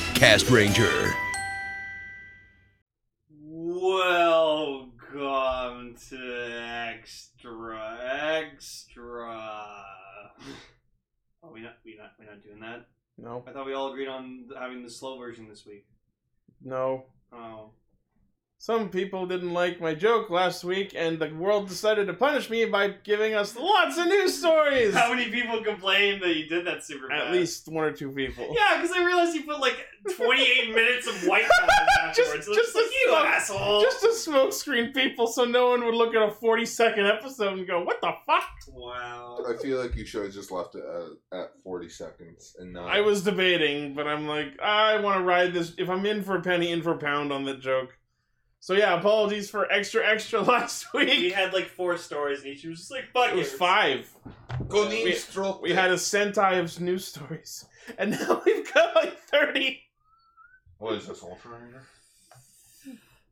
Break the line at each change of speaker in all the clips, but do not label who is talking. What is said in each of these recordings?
Podcast Ranger.
Welcome to Extra Extra. Oh, we not we not we not doing that.
No,
I thought we all agreed on having the slow version this week.
no.
Oh,
Some people didn't like my joke last week, and the world decided to punish me by giving us lots of news stories.
how many people complained that you did that super
At
fast?
least one or two people.
Yeah, because I realized you put like 28 minutes of white noise afterwards.
Just- just
It's like,
a
you
slow-
asshole.
Just to smokescreen people, so no one would look at a forty-second episode and go, "What the fuck?"
Wow.
I feel like you should have just left it at, at 40 seconds and not.
I was debating, but I'm like, I want to ride this. If I'm in for a penny, in for a pound on that joke. So yeah, apologies for extra extra last
We
week.
had like four stories, and each was just like, fuck
It was
it.
five.
Go
we- We had a Sentai of news stories, and now we've got like 30.
What is this, Ultra Ranger?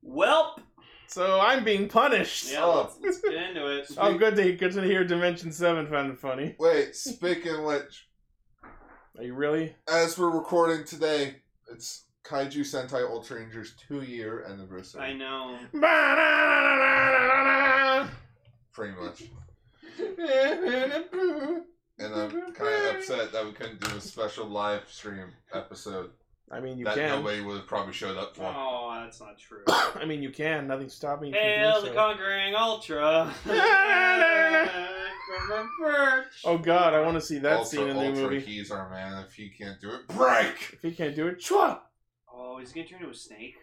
Welp.
So I'm being punished.
Yeah, let's, let's get into it.
Oh, good to, good to hear Dimension 7 found it funny.
Wait, speaking of which,
Are you really?
as we're recording today, it's Kaiju Sentai Ultra Ranger's two year anniversary.
I know.
Pretty much. And I'm kind of upset that we couldn't do a special live stream episode
I mean, you
that
can.
nobody would have probably showed up for.
Oh, that's not true.
I mean, you can. Nothing's stopping you from
Hail the
doing so.
Conquering Ultra!
Oh, God, I want to see that
Ultra,
scene in the new
Ultra,
movie.
he's our man. If he can't do it, break!
If he can't do it, chua!
Oh, he's gonna turn into a snake.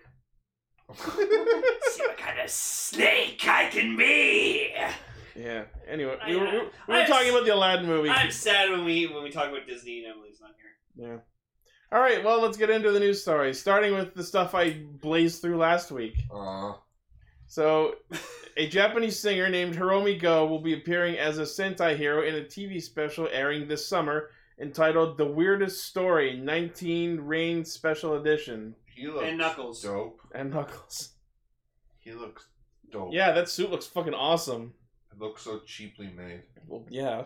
See what kind of snake I can be.
Yeah. Anyway,
I-
we were, we
I-
were- we were
I-
talking about the Aladdin movie.
I'm sad when we when we talk about Disney and Emily's not here.
Yeah. All right, well, let's get into the news stories, starting with the stuff I blazed through last week.
Aw.
So, a Japanese singer named Hiromi Go will be appearing as a Sentai hero in a TV special airing this summer entitled The Weirdest Story 19 Rain Special Edition.
He looks
And Knuckles.
dope.
And Knuckles.
He looks dope.
Yeah, that suit looks fucking awesome.
It looks so cheaply made,
Well, yeah.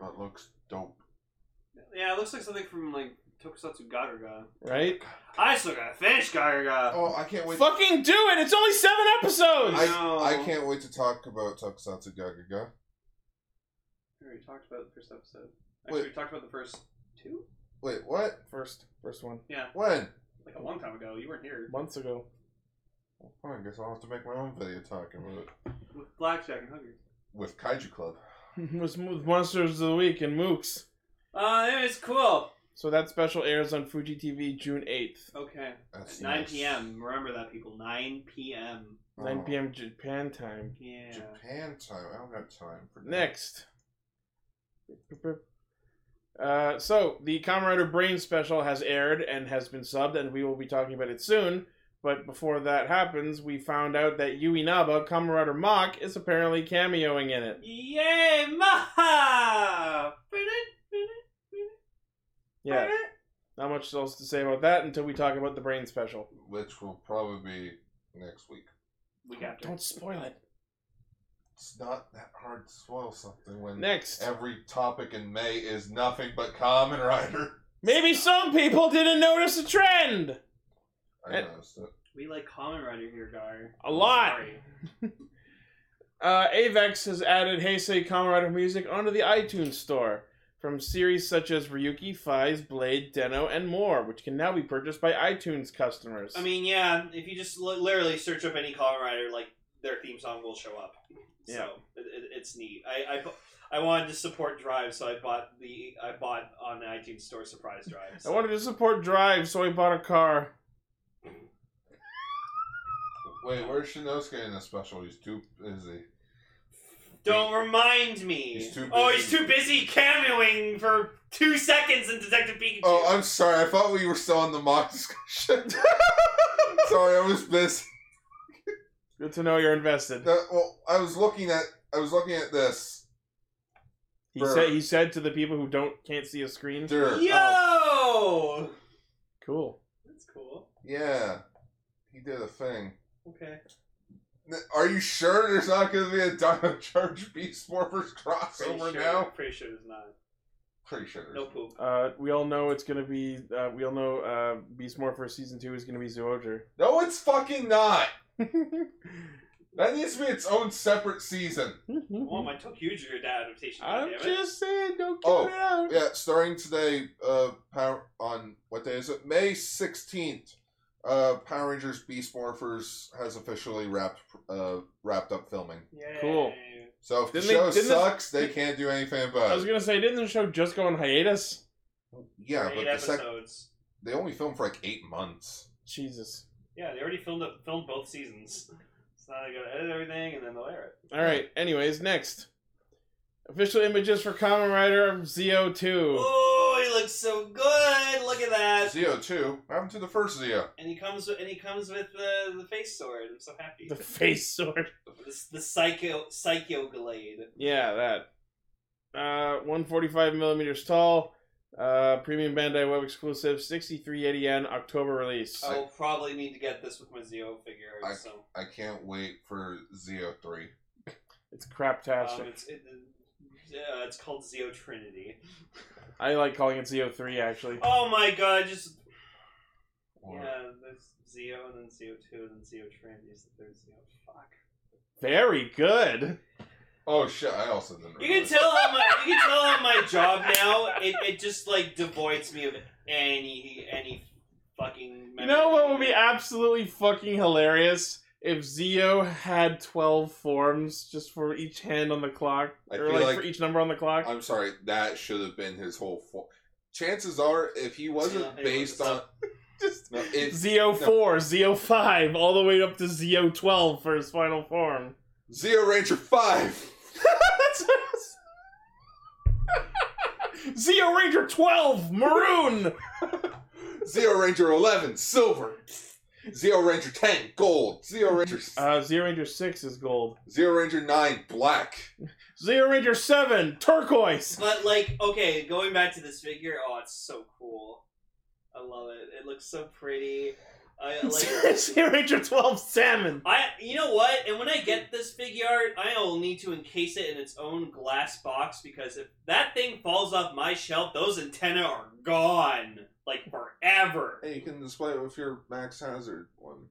but looks dope.
Yeah, it looks like something from like Tokusatsu Garuga.
Right?
I still gotta finish Garuga.
Oh, I can't wait.
Fucking do it! It's only seven episodes!
I,
No.
I can't wait to talk about Tokusatsu Gagaga.
We already talked about the first episode. Actually,
Wait.
we talked about the first two,
Wait, what?
First, first one.
When?
like a long time ago. You weren't here
Months ago.
Oh, I guess I'll have to make my own video talking about it.
with Blackjack and Hungry.
With Kaiju Club.
it was Mo- Monsters of the Week and Mooks.
Uh, anyways, cool.
So that special airs on Fuji TV June 8th.
Okay.
That's
9
nice.
p.m. Remember that, people. 9 p.m.
Oh,
9 p.m. Japan time.
Yeah.
Japan time. I don't got time for that.
Next. Uh, so, the Kamen Rider Brain special has aired and has been subbed, and we will be talking about it soon. But before that happens, we found out that Yui Naba, Kamen Rider Mach, is apparently cameoing in it.
Yay, Maha!
Yeah, not much else to say about that until we talk about the Brain special.
Which will probably be next week.
We got to.
Don't spoil it.
It's not that hard to spoil something when
Next.
every topic in May is nothing but Common Rider.
Maybe some people didn't notice a trend!
I
And-
noticed it.
We like Common Rider here, Gar.
A lot.
Sorry.
Uh, AVEX has added Heisei Kamen Rider music onto the iTunes store from series such as Ryuki, Fies, Blade, Deno, and more, which can now be purchased by iTunes customers.
I mean, yeah, if you just li- literally search up any Common Rider, like, their theme song will show up. So,
Yeah.
it, it, it's neat. I, I, bu- I wanted to support Drive, so I bought the I bought on the iTunes Store Surprise Drive.
I
So.
wanted to support Drive, so I bought a car.
Wait, where's Shinosuke in the special? He's too busy.
Don't remind me.
He's too
Oh,
busy.
he's too busy cameoing for two seconds in Detective Pikachu.
Oh, I'm sorry. I thought we were still on the mock discussion. sorry, I was busy.
Good to know you're invested.
No, well, I was looking at I was looking at this.
He said he said to the people who don't can't see a screen.
Dirt.
Yo!
Oh.
Cool.
That's cool.
Yeah, he did a thing.
Okay.
N- Are you sure there's not going to be a Dino Charge Beast Morphers
Pretty
crossover
sure,
now?
Pretty sure it's not.
Pretty sure. there's-
No poop.
Uh, we all know it's gonna be. Uh, we all know uh, Beast Morpher season two is gonna be Zoojer.
No, it's fucking not. That needs to be its own separate season.
Mom, I took huge your dad adaptation.
I'm
goddammit.
just saying, don't count
Oh,
it out.
Yeah, starting today, uh, Power, on what day is it? May 16th, uh, Power Rangers Beast Morphers has officially wrapped uh, wrapped up filming.
Yay.
Cool.
So if the
Didn't they-
show
didn't the-
sucks, they can't do anything
I
about
was
it.
gonna say, didn't the show just go on hiatus?
Yeah,
Eight
but the sec-
episodes.
they only filmed for like eight months.
Jesus.
Yeah, they already filmed it, filmed both seasons. So now they gotta edit everything and then they'll air it.
All right. Anyways, next official images for Kamen Rider Zeo two.
Oh, he looks so good! Look at that.
Zio two. What happened to the first Zio?
And he comes with, and he comes with the the face sword. I'm so happy.
The face sword.
the, the psycho psycho glade.
Yeah, that. Uh, 145 millimeters tall. Uh, premium Bandai web exclusive. 6380 yen. October release.
I will probably need to get this with my Zio figure.
I-
so um,
I can't wait for Zio three.
It's craptastic.
um, it's it, yeah, it's called Zio Trinity.
I like calling it Zeo three actually.
Oh my god! Just
Or-
yeah, there's Zio and then Zio two and then Zio Trinity is the third Zio. Fuck.
Very good.
Oh shit! I also didn't.
You can
realize.
tell how my you can tell how my job now it, it just like devoids me of any any fucking.
You know what would be absolutely fucking hilarious if Zeo had twelve forms just for each hand on the clock,
I
or
feel
like,
like-
for each number on the clock.
I'm sorry. That should have been his whole. Fo- Chances are, if he wasn't
Yeah, it
based
was.
on
just
no, it,
Zeo four, Zeo five, all the way up to Zeo twelve for his final form.
Zio Ranger five.
Zeo Ranger twelve, maroon.
Zero Ranger 11, silver. Zero Ranger 10, gold. Zero Ranger
Uh, Zeo Ranger six is gold.
Zero Ranger 9, black.
Zeo Ranger seven, turquoise.
But like, okay, going back to this figure, oh, it's so cool. I love it. It looks so pretty. I like.
Zeo Ranger twelve, salmon.
I, you know what? And when
Hmm.
I get this figure art, I will need to encase it in its own glass box because if that thing falls off my shelf, those antennae are gone, like forever.
Hey, you can display it with your Max Hazard one.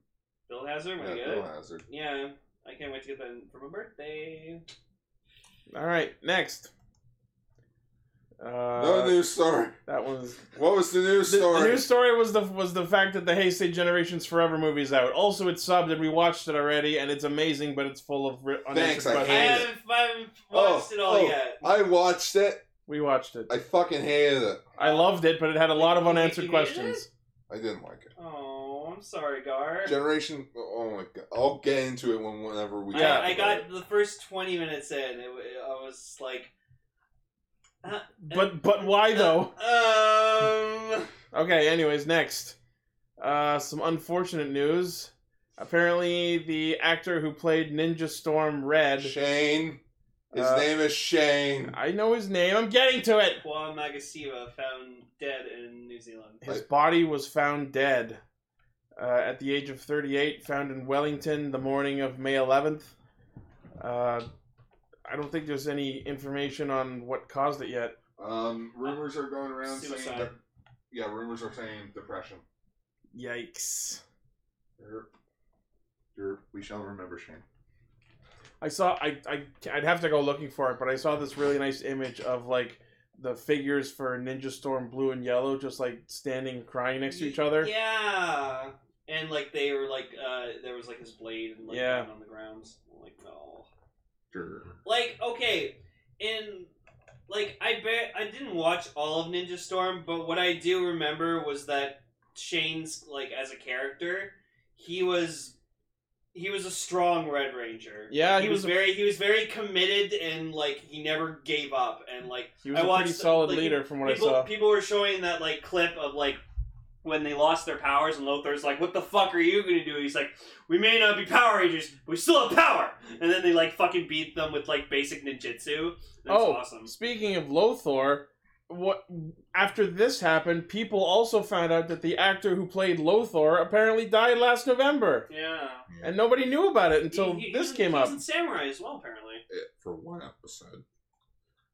Bill Hazard, when I
Yeah,
get
Bill
it?
Hazard.
Yeah, I can't wait to get that for my birthday.
All right, next. Uh,
no news story.
that one's
What was the news
the,
story?
the news story was the was the fact that the Heisei Generations Forever movie's out. Also, it's subbed and we watched it already, and it's amazing, but it's full of ri-
Thanks, I
I
unanswered questions.
hated
haven't,
it.
I haven't
Oh,
watched it all
oh.
yet.
I watched it.
We watched it.
I fucking hated it.
I loved it, but it had a lot of
You- you
unanswered
hated it?
questions.
I didn't like it.
Oh, I'm sorry, Gar.
Generation. Oh my god. I'll get into it when, whenever we.
Yeah.
talk
I, I
about
got the first 20 minutes in. It, w- I was just like, uh,
But but why though?
um,
Okay. Anyways, next. Uh, some unfortunate news. Apparently, the actor who played Ninja Storm
it.
Red.
Shane. His
Uh,
name is Shane.
I know his name. I'm getting to it.
Kwame Magasiwa found dead in New Zealand.
His
Like-
body was found dead uh, at the age of 38, found in Wellington the morning of May 11th. Uh, I don't think there's any information on what caused it yet.
Um, rumors are going around saying.
Uh, Suicide.
De- yeah, rumors are saying depression.
Yikes.
Derp. Derp. We shall remember Shane.
I saw, I, I, I'd have to go looking for it, but I saw this really nice image of like the figures for Ninja Storm Blue and Yellow just like standing crying next to each other.
Yeah. And like they were like, uh, there was like his blade and like
Yeah.
down on the ground. I'm like, no.
Derp.
Like, okay, in like I bet I didn't watch all of Ninja Storm, but what I do remember was that Shane's like as a character, he was he was a strong Red Ranger.
Yeah,
he,
he
was,
was a-
very he was very committed and like he never gave up and like
He was
I
a pretty
watched,
solid
like,
leader from what
people,
I saw.
people were showing that like clip of like when they lost their powers and Lothar's like, "What the fuck are you gonna do?" He's like, "We may not be Power Rangers, but we still have power." And then they like fucking beat them with like basic ninjutsu. That's
Oh.
awesome.
Speaking of Lothar, what after this happened, people also found out that the actor who played Lothar apparently died last November,
Yeah.
and nobody knew about it until
He- he-
this
he
came
was
up.
in Samurai as well, apparently.
it for one episode.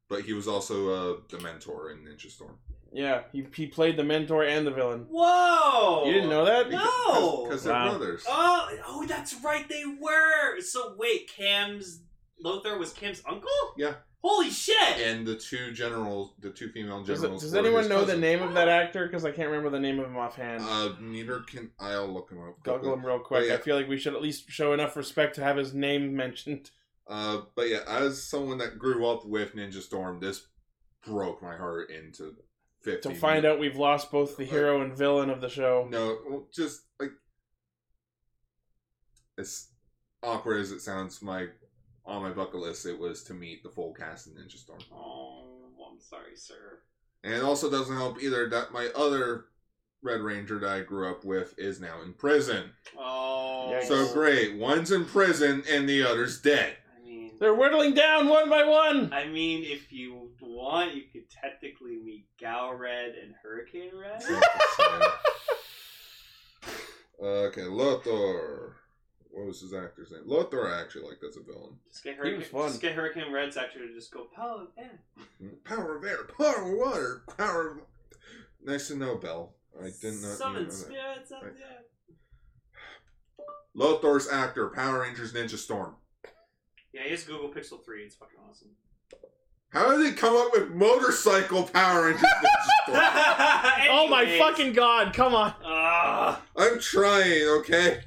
But he was also uh, the mentor in Ninja Storm.
Yeah, he, he played the mentor and the villain.
Whoa!
You didn't know that?
No. Oh!
Because they're
Wow.
brothers.
Oh, oh, that's right. They were. So wait, Cam's Lothar was Cam's uncle.
Yeah.
Holy shit!
And the two generals, the two female
Does,
generals.
does
were
anyone
his
know the
cousins.
name of that actor? Because I can't remember the name of him offhand.
Uh, neither can I'll look him up.
Google
quickly.
him real quick.
yeah.
I feel like we should at least show enough respect to have his name mentioned.
Uh, but yeah, as someone that grew up with Ninja Storm, this broke my heart into fifty.
To find out we've lost both the hero and villain of the show.
no, well, just like as awkward as it sounds, my on my bucket list it was to meet the full cast of Ninja Storm,
Oh, I'm sorry, sir.
and it also doesn't help either that my other Red Ranger that I grew up with is now in prison.
Oh.
Yikes.
So great, one's in prison and the other's dead.
I mean,
They're whittling down one by one.
I mean, if you want, you could technically meet Gal Red and Hurricane Red.
okay, Lothar. What was his actor's name? Lothar I actually liked as a villain.
Just get
He
Hurricane.
was fun.
Just get Hurricane Red's actor to just go "Oh, power yeah.
Power of air, power of water, power of... Nice to know, Bell. I did not even know
Summon
that.
spirits up
Right.
there.
Lothar's actor, Power Rangers Ninja Storm.
Yeah, he has Google Pixel Three. It's fucking awesome.
How did they come up with motorcycle Power Rangers Ninja Storm?
Oh my
Anyways.
fucking god, come on.
Ah.
I'm trying, okay?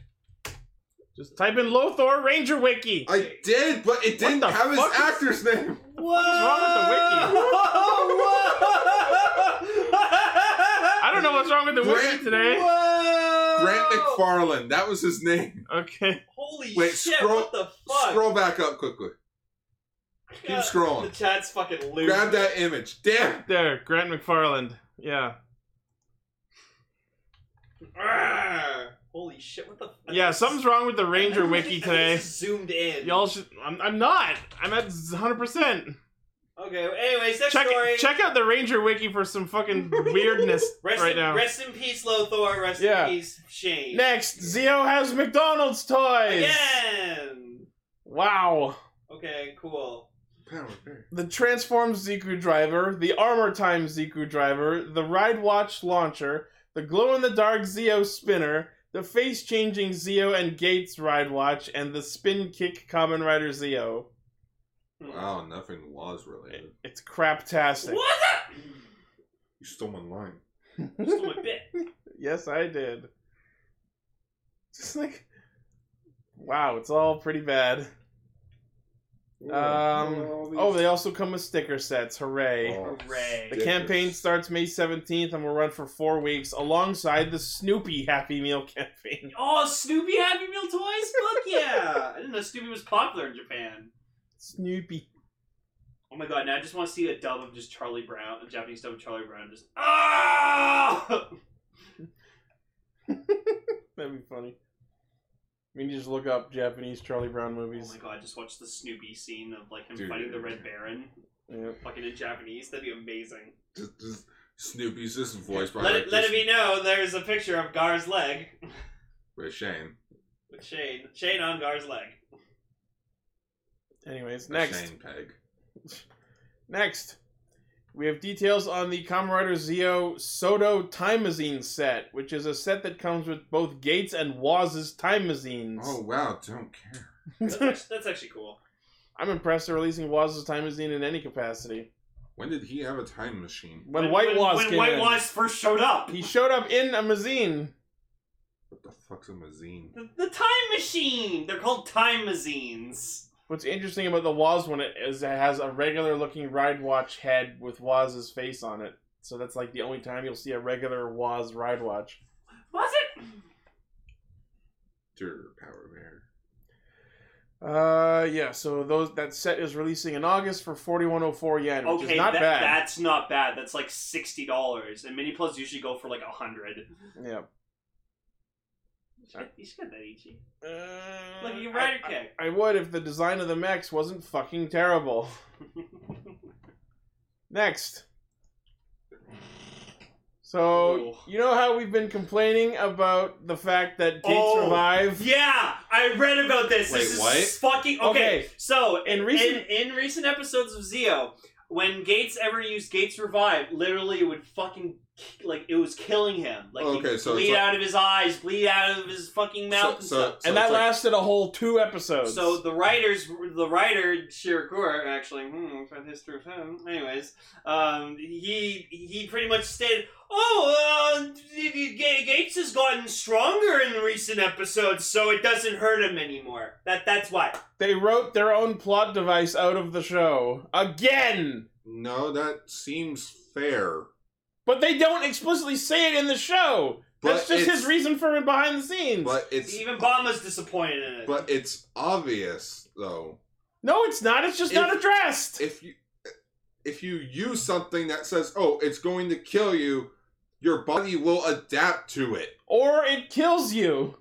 Just type in Lothor Ranger Wiki.
I did, but it didn't
the
have his
fuck is-
actor's name.
What
is wrong with the wiki?
I
I don't know what's wrong with the
Grant-
wiki today.
Whoa!
Grant McFarlane, that was his name.
Okay.
Holy
Wait,
shit!
scroll-
what the fuck?
Scroll back up quickly. Keep
God, The
scrolling.
chat's fucking loose.
Grab that image. Damn.
There, Grant McFarland. Yeah.
Arrgh. Holy shit! What the?
Ah! Yeah, something's wrong with the Ranger
I think-
Wiki
I think
today.
it's Zoomed in.
Y'all should. I'm, I'm not. I'm at 100%.
Okay. Anyways, next
Check,
story.
check out the Ranger Wiki for some fucking weirdness
Rest
right
in,
now.
Rest in peace, Lothor. Rest
Yeah.
in peace, Shane.
Next, Zio has McDonald's toys.
Again.
Wow.
Okay. Cool.
Power of air.
The Transform Ziku Driver, the Armor Time Ziku Driver, the Ride Watch Launcher, the Glow in the Dark Zio Spinner, the Face Changing Zio and Gates Ride Watch, and the Spin Kick Common Rider Zio.
Hmm.
Wow, nothing was related.
It- It's craptastic.
What?
You stole my line.
the- Just a bit.
Yes, I did. Just like, wow, it's all pretty bad. Um, oh, they also come with sticker sets. Hooray.
Hooray.
The
Oh, Stickers.
campaign starts May 17th and will run for four weeks alongside the Snoopy Happy Meal campaign.
Oh, Snoopy Happy Meal toys? Fuck yeah! I didn't know Snoopy was popular in Japan.
Snoopy.
Oh my god, now I just want to see a dub of just Charlie Brown, a Japanese dub of Charlie Brown, just ah!
That'd be funny. We need to just look up Japanese Charlie Brown
Oh my
movies.
god, just watch the Snoopy scene of like him
Dude.
fighting the Red Baron,
Yeah.
fucking in Japanese. That'd be amazing.
Just- just- Snoopy's just voiced by
Let it, let
this-
it be known there's a picture of Gar's leg
with Shane.
with Shane, Shane on Gar's leg.
Anyways, next.
Shane Peg.
Next, we have details on the Comrade Zio Soto Time Machine set, which is a set that comes with both Gates and Waz's Time Machines.
Oh wow, don't care.
That's actually, that's actually cool.
I'm impressed they're releasing Waz's Time Machine in any capacity.
When did he have a time machine?
When, White Waz
when
came
White
in,
Waz first showed up,
he showed up in a Mazine.
What the fuck's a mazine?
the, the time machine. They're called time machines.
What's interesting about the Waz one is it has a regular looking Ride Watch head with Waz's face on it. So that's like the only time you'll see a regular Waz Ride Watch.
Was it?
Durr, power of air.
Uh yeah, so those that set is releasing in August for forty one oh four yen, which
Okay,
is not
that,
bad.
that's not bad. That's like sixty dollars, and mini plus usually go for like a hundred.
Yeah.
You should get that Ichi.
Uh,
Look, you rider
I,
kick.
I would if the design of the mechs wasn't fucking terrible. Next. So
Ooh.
you know how we've been complaining about the fact that Gates
Oh,
Revive
yeah, I read about this.
Wait,
this is
what?
fucking okay.
Okay.
So
in recent
in in recent episodes of Zio, when Gates ever used Gates Revive, literally it would fucking like it was killing him. Like he'd
Okay, so it's
bleed
like-
out of his eyes, bleed out of his fucking mouth, and stuff.
and that
it's like-
lasted a whole two episodes.
So the writers, the writer Shirakura, actually, hmm, from history of him. Anyways, um, he he pretty much stated, "Oh, uh, G- G- G- Gates has gotten stronger in recent episodes, so it doesn't hurt him anymore. That that's why."
they wrote their own plot device out of the show again,
no, that seems fair.
but they don't explicitly say it in the show.
But
That's just his
it's-
reason for it behind the scenes.
But it's
Even Bama's disappointed in it.
but it's obvious though.
no, it's not. It's just
If-
not addressed.
If you if you use something that says, "Oh, it's going to kill you," your body will adapt to it
or it kills you.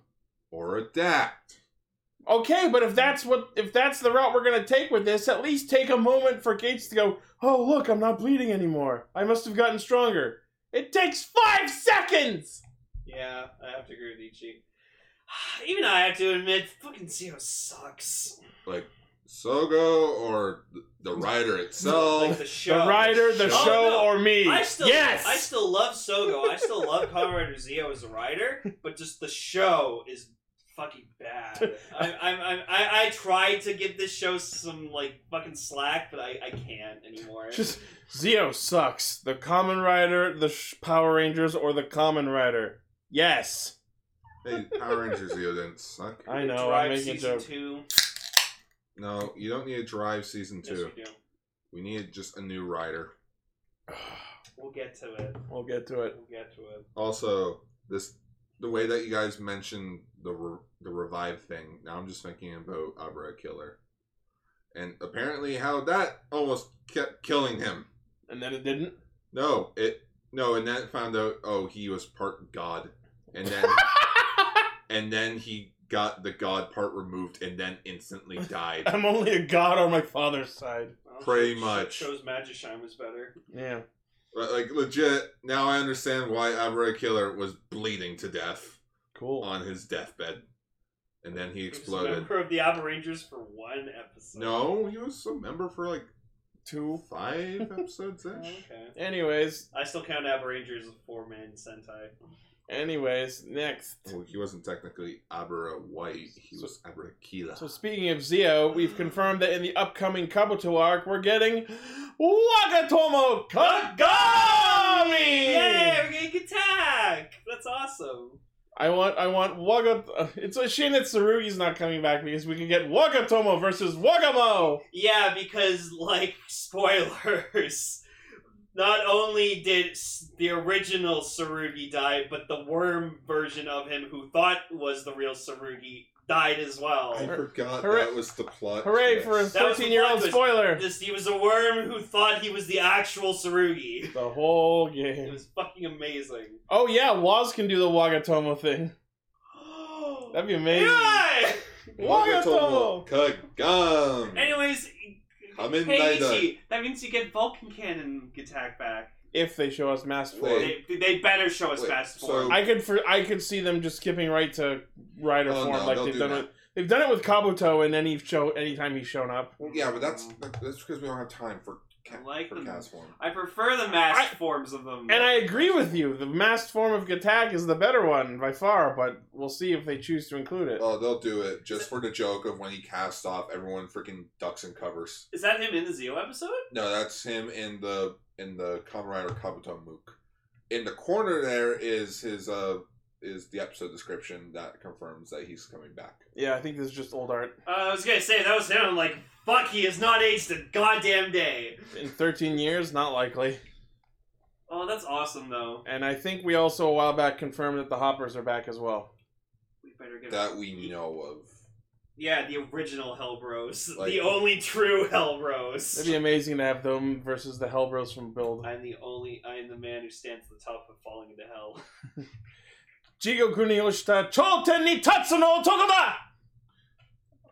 or adapt.
Okay, but if that's what if that's the route we're gonna take with this, at least take a moment for Gates to go, Oh look, I'm not bleeding anymore. I must have gotten stronger. It takes five seconds!
yeah, I have to agree with Ichi. Even I have to admit, fucking Zero sucks.
Sogo or th- the writer
Like
itself.
the show,
the writer, the
Shut-
show,
Oh, no.
or me.
I still,
yes!
I still love Sogo. I still love Comrade Zio as a writer, but just the show is fucking bad. I, I'm, I'm, I, I try to give this show some like fucking slack, but I, I can't anymore.
just Zio sucks. The Common Rider, the sh- Power Rangers, or the Common Rider. Yes.
hey, Power Rangers Zeo didn't suck.
I know,
Drive
I'm making a
season
joke.
Two.
No, you don't need to drive season
Yes,
two.
we do.
We need just a new writer.
We'll get to it.
we'll get to it.
We'll get to it.
Also, this the way that you guys mentioned the re, the revive thing. Now I'm just thinking about Abra Killer, and apparently how that almost kept killing him.
And then it didn't.
No, it no, and then found out oh he was part god, and then and then he got the god part removed, and then instantly died.
I'm only a god on my father's side.
Well,
Pretty
sh-
much.
Show's Magic Shine was better.
Yeah.
but like legit, now I understand why Abra Killer was bleeding to death
Cool.
on his deathbed, and then he
He was a
exploded.
member of the Abba Rangers for one episode.
No, he was a member for like
Two.
five episodes
Oh,
ish.
okay.
Anyways,
I still count Abba Rangers as four man Sentai.
anyways, next.
Well, he wasn't technically Abra White. He was Abra Kila.
So speaking of Zio, we've confirmed that in the upcoming Kabuto arc, we're getting Wakatomo Kagami.
Yay, we're getting attack! That's awesome.
I want, I want Waga. uh, It's a shame that Tsurugi's not coming back because we can get Wakatomo versus Wagamo.
Yeah, because like spoilers. Not only did s- the original Sarugi die, but the worm version of him, who thought was the real Sarugi, died as well.
Oh, I forgot
Hooray-
that was the plot.
Hooray
twist.
for a
That was the
thirteen-year-old
plot twist.
spoiler.
This he was a worm who thought he was the actual Sarugi.
The whole
It
game.
was fucking amazing.
Oh yeah, Waz can do the Wagatomo thing. That'd be amazing.
Yeah!
Wagatomo.
Kagam.
Anyways,
I'm in
hey,
neither.
Ichi, that means you get Vulcan Cannon attack back.
If they show us Mass Form.
Wait.
They, they better show us
Wait,
fast
so-
form.
I could for, I could see them just skipping right to rider
Oh,
form
no,
like
they'll
they've
do
done
that.
it. They've done it with Kabuto in any show anytime he's shown up.
Well, yeah, but that's that's because we don't have time for ca-
I like
for
them.
cast form.
I prefer the masked
I-
forms of them.
And I agree with you. The masked form of Gatak is the better one by far, but we'll see if they choose to include it.
Oh, they'll do it just for the joke of when he casts off, everyone freaking ducks and covers.
Is that him in the Zeo episode?
No, that's him in the in the Kamen Rider Kabuto Mook. In the corner there is his uh is the episode description that confirms that he's coming back.
Yeah, I think this is just old art.
Uh, I was gonna say that was him. I'm like, fuck, he is not aged a goddamn day.
In 13 years, not likely.
Oh, that's awesome though.
And I think we also a while back confirmed that the Hoppers are back as well.
We better get
That we know of.
Yeah, the original Hellbros,
Like-
the only true Hellbros.
It'd be amazing to have them versus the Hellbros from Build.
I'm the only. I'm the man who stands at the top of falling into hell.
Jigo Kuni Oshita Chouten ni Tatsu no Otoko da!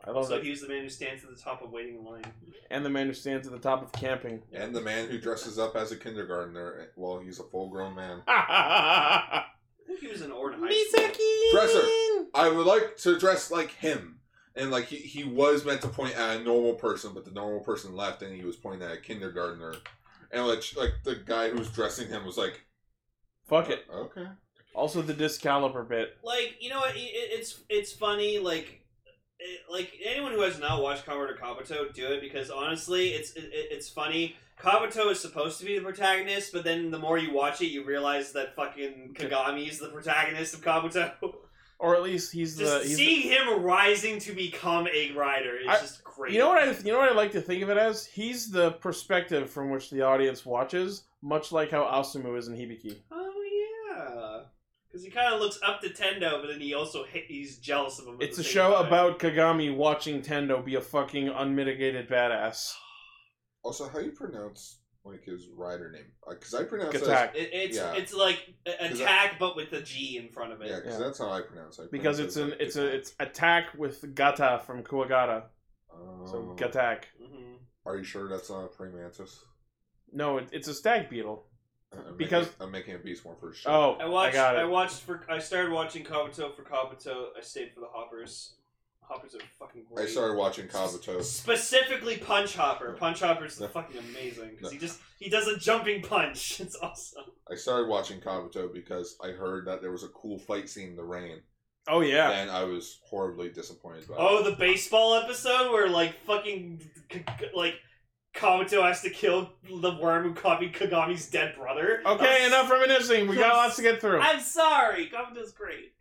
I love
so
that.
he was the man who stands at the top of waiting in line.
And the man who stands at the top of camping.
And the man who dresses up as a kindergartner while he's a full grown man.
Misaki!
I think he was in Orton High School.
Dresser. I would like to dress like him. and like he, he was meant to point at a normal person, but the normal person left, and he was pointing at a kindergartner, and like sh- like the guy who was dressing him was like,
Fuck it.
okay,
Also, the discaliper bit.
like you know what, it, it- it's it's funny like it, like anyone who has not watched Kaworu to Kabuto do it because honestly it's it, it- it's funny Kabuto is supposed to be the protagonist but then the more you watch it you realize that fucking Kagami is the protagonist of Kabuto
Or at least he's
just
the. He's
seeing him rising to become a rider is
I-
just great
you know what I? You know what I like to think of it as. He's the perspective from which the audience watches, much like how Asumu is in Hibiki.
oh yeah because he kind of looks up to Tendo but then he also hit, he's jealous of him at
It's
the
a
same
show
time.
about Kagami watching Tendo be a fucking unmitigated badass.
Also, how you pronounce like his rider name? Because I pronounce it. As,
Attack.
it, it's
Yeah.
it's like a-
Is
attack but with the G in front of it
yeah, because
Yeah.
that's how I pronounce it. I
Because
pronounce
it's
it as,
an
like,
it's a
Gata.
it's attack with Gata from Kuwagata. So
Oh.
Um,
Gatak.
hmm
Are you sure that's not a praying mantis?
No, it, it's a stag beetle.
I'm
Because-
making, I'm making a beast one for sure.
Oh,
I watched.
I got
I,
it.
watched for. I started watching Kabuto for Kabuto. I stayed for the Hoppers. Hoppers are fucking
I
great.
started watching Kabuto.
Specifically, Punch Hopper. Punch Hopper's fucking amazing because he just he does a jumping punch. It's awesome.
I started watching Kabuto because I heard that there was a cool fight scene in the rain,
oh yeah.
and I was horribly disappointed. By
Oh,
it.
the baseball episode where like fucking k- k- like Kabuto has to kill the worm who copied Kagami's dead brother.
Okay,
I'm,
enough reminiscing. We got lots to get through.
I'm sorry. Kabuto's great.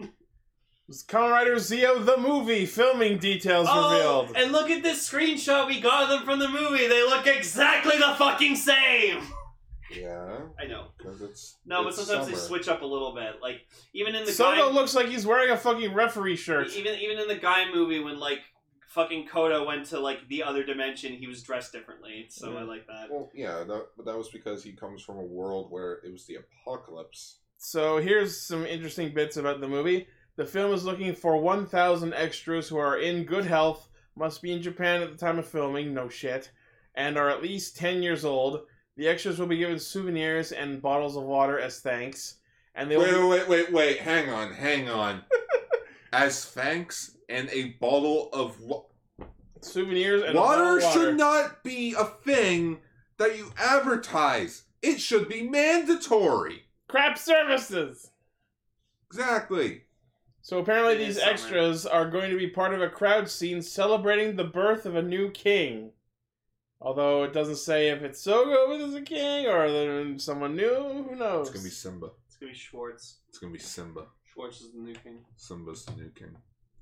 Kamen Rider Zeo the movie filming details
Oh,
revealed.
and look at this screenshot we got of them from the movie. They look exactly the fucking same.
yeah,
I know.
because it's
No,
it's
but sometimes they
summer.
switch up a little bit. Like even in the
Soto
guy,
looks like he's wearing a fucking referee shirt.
even even in the guy movie when like fucking Koda went to like the other dimension, he was dressed differently. So
Yeah.
I like that.
Well, yeah, that, but that was because he comes from a world where it was the apocalypse.
So here's some interesting bits about the movie. The film is looking for 1,000 extras who are in good health, must be in Japan at the time of filming, no shit, and are at least 10 years old. The extras will be given souvenirs and bottles of water as thanks. And they
Wait,
will
wait, wait, wait, wait. Hang on, hang on. As thanks and a bottle of wa-
be souvenirs and a bottle
water
of water.
should not be a thing that you advertise. It should be mandatory.
Crap services!
Exactly.
So apparently,
It is
these
summer.
extras are going to be part of a crowd scene celebrating the birth of a new king. Although it doesn't say if it's Sogo who is a king or then someone new. Who knows?
It's gonna be Simba.
It's gonna be Schwartz.
It's gonna be Simba.
Schwartz is the new king.
Simba's the new king,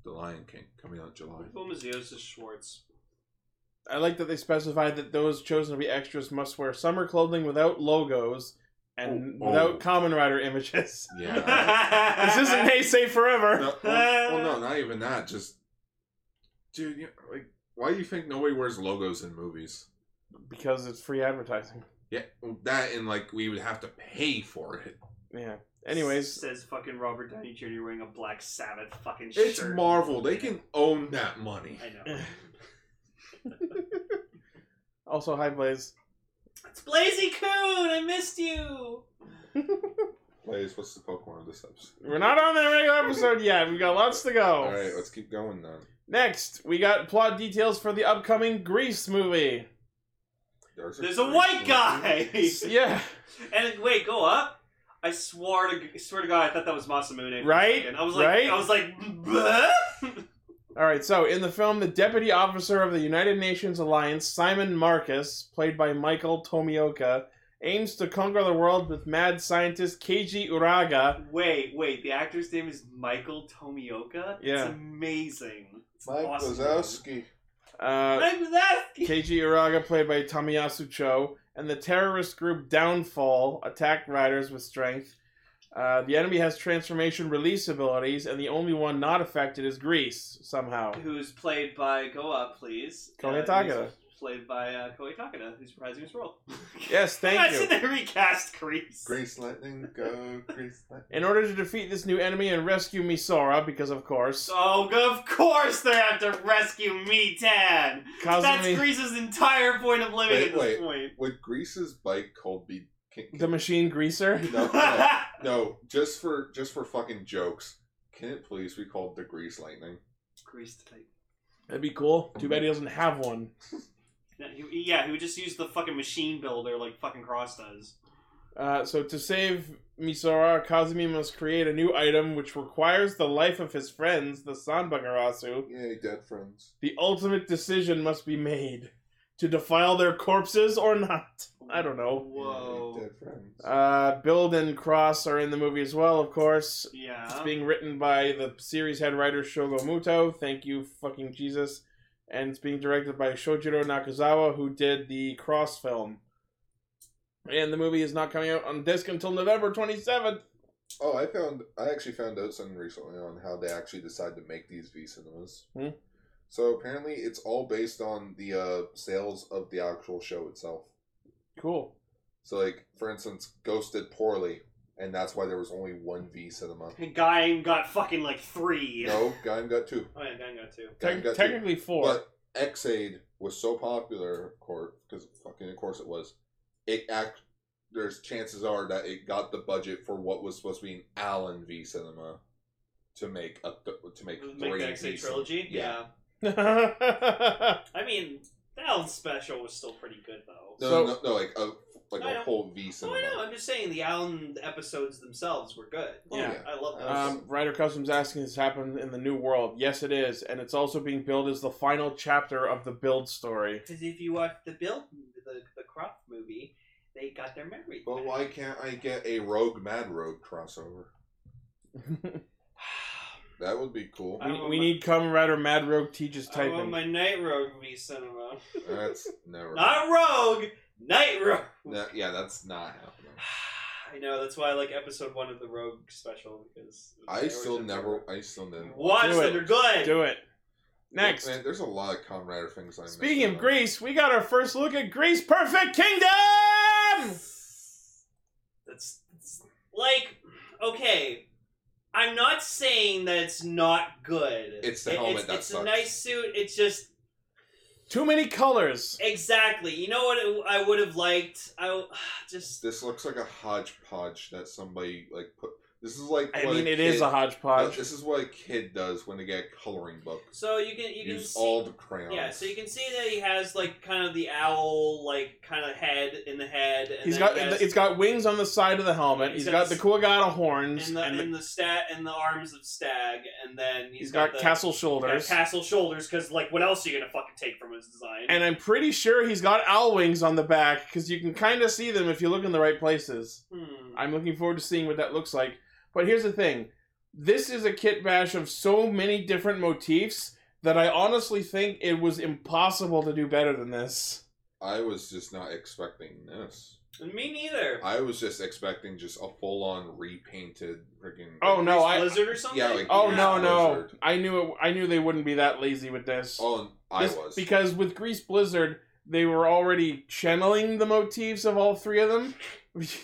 the Lion King, coming out July.
Film is yours is Schwartz.
I like that they specify that those chosen to be extras must wear summer clothing without logos and
Oh, oh.
without common rider images.
Yeah.
this isn't Heisei forever.
no, well, well, no, not even that. Just, dude, you, like, why do you think nobody wears logos in movies?
Because it's free advertising.
Yeah, well, that and like we would have to pay for it.
Yeah. Anyways,
says fucking Robert Downey Jr. wearing a Black Sabbath fucking shirt.
It's Marvel; they can own that money.
I know.
also, hi Blaze.
It's Blazy Coon. I missed you.
Blaze, what's the Pokemon of this episode?
We're not on the regular episode yet. We've got lots to go.
All right, let's keep going then.
Next, we got plot details for the upcoming Grease movie.
There's a white guy.
Yeah,
And wait, go up. I swore to swear to God, I thought that was Masamune. for a
Right?
second. I was like,
Right?
I was like, "Bleh?"
All right, so in the film, the deputy officer of the United Nations Alliance, Simon Marcus, played by Michael Tomioka, aims to conquer the world with mad scientist Keiji Uraga.
wait, wait. The actor's name is Michael Tomioka.
Yeah.
it's amazing. It's
Mike
awesome.
Wazowski.
Uh,
Mike Wazowski.
Keiji Uraga, played by Tamiyasu Cho, and the terrorist group Downfall attack riders with strength. Uh, the enemy has transformation release abilities, and the only one not affected is Grease, somehow.
Who's played by Go Up, please?
Koei
Uh, who's
Takeda.
Played by uh, Koei Takeda, who's reprising his role.
Yes, thank you.
Imagine they recast Grease.
Grace Lightning, go Grace Lightning.
In order to defeat this new enemy and rescue Misora, because of course,
Oh, of course they have to rescue Me Tan. That's
Kazumi,
Grease's entire point of living
Wait,
at this
wait.
point.
Would Grease's bike called be can,
the machine greaser.
no, no, no, just for just for fucking jokes. Can it please be called the Grease Lightning?
Grease tonight.
That'd be cool. Too bad he doesn't have one.
No, he- Yeah, he would just use the fucking machine builder like fucking Cross does.
Uh, so to save Misora, Kazumi must create a new item which requires the life of his friends, the Sanbakarasu.
Yay, dead friends.
The ultimate decision must be made to defile their corpses or not. I don't know.
Yay,
Whoa.
dead friends.
Uh, Build and Cross are in the movie as well, of course. It's
Yeah.
being written by the series head writer Shogo Muto. Thank you, fucking Jesus. And it's being directed by Shojiro Nakazawa, who did the Cross film. And the movie is not coming out on disc until November 27th.
oh, I found I actually found out something recently on how they actually decide to make these V cinemas.
Hmm.
So apparently, it's all based on the uh, sales of the actual show itself.
Cool.
So, like for instance, Ghost did poorly, and that's why there was only one V cinema.
Guy got fucking like three.
No, Gaim got two.
Oh yeah, Guy got two.
Gaim
Tec-
got two.
technically four.
But Xaid was so popular, of course, because fucking of course it was. It act. There's chances are that it got the budget for what was supposed to be an Allen V cinema to make a th- to make
Make
three
that say
V
trilogy.
Yeah.
Yeah. I mean, that one's special was still pretty good though.
No,
So-
no, no, like a like
I
a
know.
whole V
Oh,
cinema.
I know. I'm just saying the Allen episodes themselves were good.
Oh,
Yeah.
yeah.
I love those.
um, Ryder Customs asking this happened in the New World. Yes, it is. And it's also being billed as the final chapter of the build story.
Because if you watch the Bill, the the Croft movie, they got their memory.
But
back.
why can't I get a Rogue Mad Rogue crossover? That would be cool.
I
We,
want
we
my-
need Come Rider Mad Rogue teaches
I want
typing.
my Night Rogue v cinema.
That's never.
Not Rogue, Night Rogue.
No, yeah, that's not happening.
I know that's why I like episode one of the Rogue special because
I
they
still
were-
never. I still didn't.
watch
Do it.
them. They're good.
Do it. Next.
Man, there's a lot of Kamen Rider things. I'm
Speaking of Greece, we got our first look at Greece Perfect Kingdom!
That's, that's like okay. I'm not saying that it's not good.
It's the helmet
it's,
that
It's a
sucks.
nice suit. It's just
Too many colors.
Exactly. You know what it- I would have liked? I w- just
this looks like a hodgepodge that somebody like put. This is like.
I
what
mean,
a
it is
kid-
a
no,
hodgepodge.
This is what a kid does when they get a coloring book.
so you can you can
Use
see
all the crayons.
yeah. So you can see that he has like kind of the owl like kind of head in the head. And
He's
then
got
he has-
it's got wings on the side of the helmet.
He's
he's
got
got the
s-
Kuagata horns,
and the
and the-
and the stat and the arms of stag, and then
he's
got,
got
the,
castle
got
shoulders.
castle shoulders because like what else are you gonna fucking take from his design?
And I'm pretty sure he's got owl wings on the back because you can kind of see them if you look in the right places.
hmm.
I'm looking forward to seeing what that looks like. But here's the thing this is a kit bash of so many different motifs that I honestly think it was impossible to do better than this.
I was just not expecting this.
And me neither.
I was just expecting just a full on repainted freaking.
Oh no,
Grease
I
Blizzard or something.
Yeah, like-
Oh
Yeah.
no, no.
Blizzard.
I knew it, I knew they wouldn't be that lazy with this.
Oh, and I
This-
was.
because with Grease Blizzard, they were already channeling the motifs of all three of them.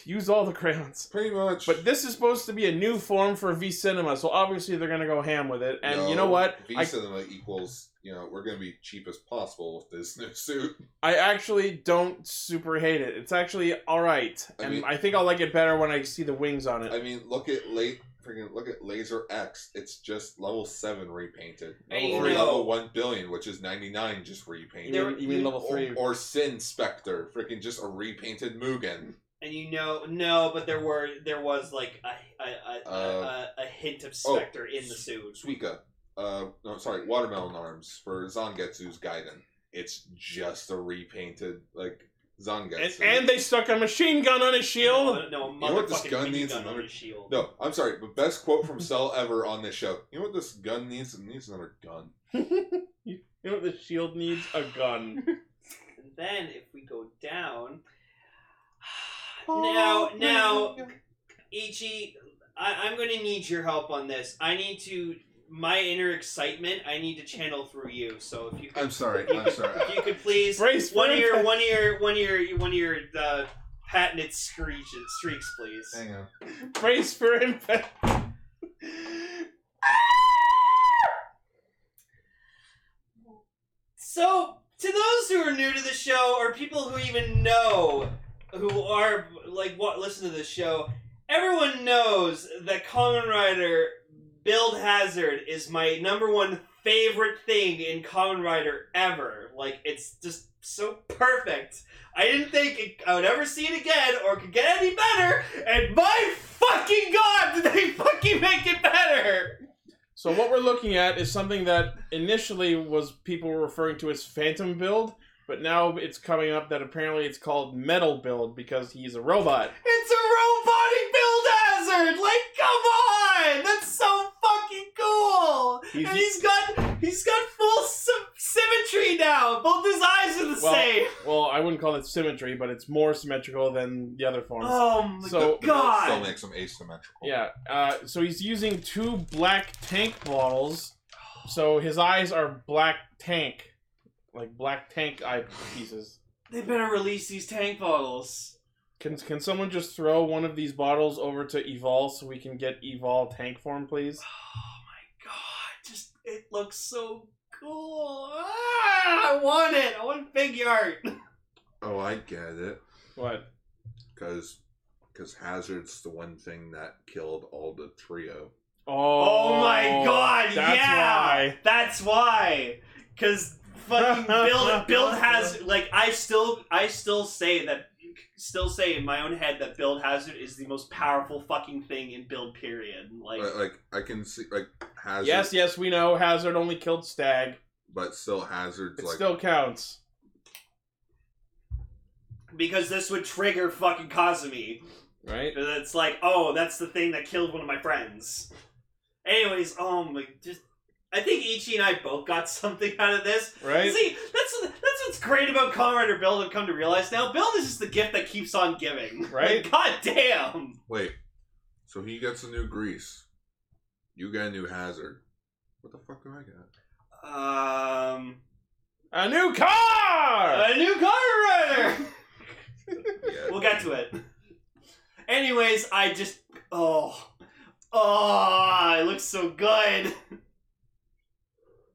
Use all the crayons.
Pretty much.
But this is supposed to be a new form for V Cinema, so obviously they're gonna go ham with it. And you know
No,
what?
V
I-
cinema equals, you know, we're going to be cheap as possible with this new suit.
I actually don't super hate it. It's actually all right,
I
and
mean-
I think I'll like it better when I see the wings on it.
I mean, look at late freaking look at Laser X. It's just level seven repainted,
I
or
know.
level one billion, which is ninety nine, just
you,
repainted.
there-
mean, you mean level
or,
three?
or Sin Spectre, freaking just a repainted Mugen.
And you know, no, but there were there was like a a, a,
Uh,
a, a hint of Spectre in the suit.
Suika, uh, no, sorry, Watermelon Arms for Zangetsu's Gaiden. It's just a repainted like
and,
Zangetsu.
and they stuck a machine gun on his shield.
No, no, a
You know what this
motherfucking
gun
minigun
needs?
on
Another-
his shield.
no, I'm sorry, but best quote from Cell ever on this show. You know what this gun needs? It needs another gun.
You know what the shield needs? A gun.
And then if we go down, now now Ichi, I, I'm going to need your help on this. I need to my inner excitement. I need to channel through you. So if you could,
I'm sorry. I'm sorry.
if you could please
Brace for
one of your
impact.
one of your one of your one of your uh, patented screeches streaks, please.
Hang on.
Brace for impact.
So, to those who are new to the show, or people who even know, who are like what listen to the show, everyone knows that Common Rider Build Hazard is my number one favorite thing in Common Rider ever. Like it's just so perfect. I didn't think it, I would ever see it again or could get any better. And my fucking god, did they fucking make it better?
So what we're looking at is something that initially was people were referring to as Phantom Build, but now it's coming up that apparently it's called Metal Build because he's a robot.
It's a robotic build hazard. Like come on, that's so fucking cool.
He's,
and he's got he's got full sy- symmetry now. Both his eyes are the
Well-
same.
well, I wouldn't call it symmetry, but it's more symmetrical than the other forms.
Oh my
um, So-
The- the belt
God.
still makes them asymmetrical.
Yeah. Uh, so he's using two black tank bottles. So his eyes are black tank, like black tank eye pieces.
They better release these tank bottles.
Can can someone just throw one of these bottles over to Evol so we can get Evol tank form, please?
Oh my god, just it looks so cool. Ah, I want it. I want figure art.
Oh, I get it.
What?
Because because hazard's the one thing that killed all the trio.
Oh,
Oh, my god,
That's
yeah.
why.
That's why. Cuz fucking build build hazard like I still I still say that still say in my own head that build hazard is the most powerful fucking thing in build period. Like
Like, like I can see like hazard,
Yes, yes, we know Hazard only killed Stag.
but still hazard's
It
like
still counts.
because this would trigger fucking Kazumi.
Right?
And It's like, oh, that's the thing that killed one of my friends. Anyways, oh my, just I think Ichi and I both got something out of this.
Right?
See, that's that's what's great about Comrade or Build. I've come to realize now, Build is just the gift that keeps on giving.
Right.
Like, God damn.
wait. So he gets a new grease. You get a new hazard. What the fuck do I get?
Um,
A new car!
a new Comrade Rider.
Yeah.
We'll get to it. Anyways, I just oh oh, it looks so good.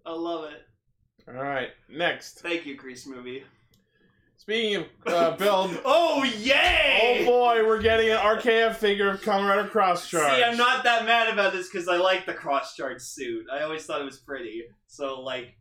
I love it.
Alright, next.
Thank you, Grease movie.
Speaking of uh, build,
Oh
oh
yay!
boy, we're getting an RKF figure of Colorado Cross Charge.
See, I'm not that mad about this because I like the cross charge suit. I always thought it was pretty. So like,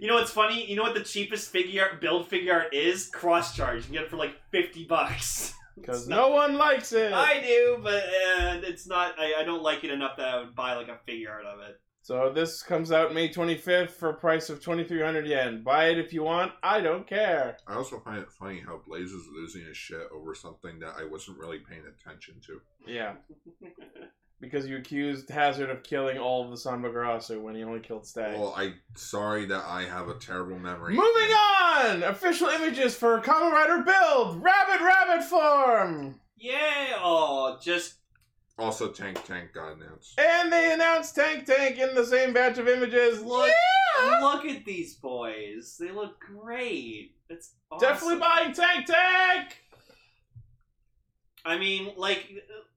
you know what's funny? You know what the cheapest figure art, build figure art is? Cross charge. You can get it for like fifty bucks.
Because
It's
no one likes it.
I do, but uh, it's not. I, I don't like it enough that I would buy like a figure art of it.
So this comes out May 25th for a price of 2,300 yen. Buy it if you want. I don't care.
I also find it funny how Blaze is losing his shit over something that I wasn't really paying attention to.
Yeah. because you accused Hazard of killing all of the Samba Grosso when he only killed Stag.
Well, I sorry that I have a terrible memory.
Moving on! Official images for Kamen Rider Build! Rabbit Rabbit form!
Yay! Oh, just
Also, Tank Tank got announced.
And they announced Tank Tank in the same batch of images.
Look-
Yeah!
look at these boys. They look great. It's awesome.
Definitely buying Tank Tank!
I mean, like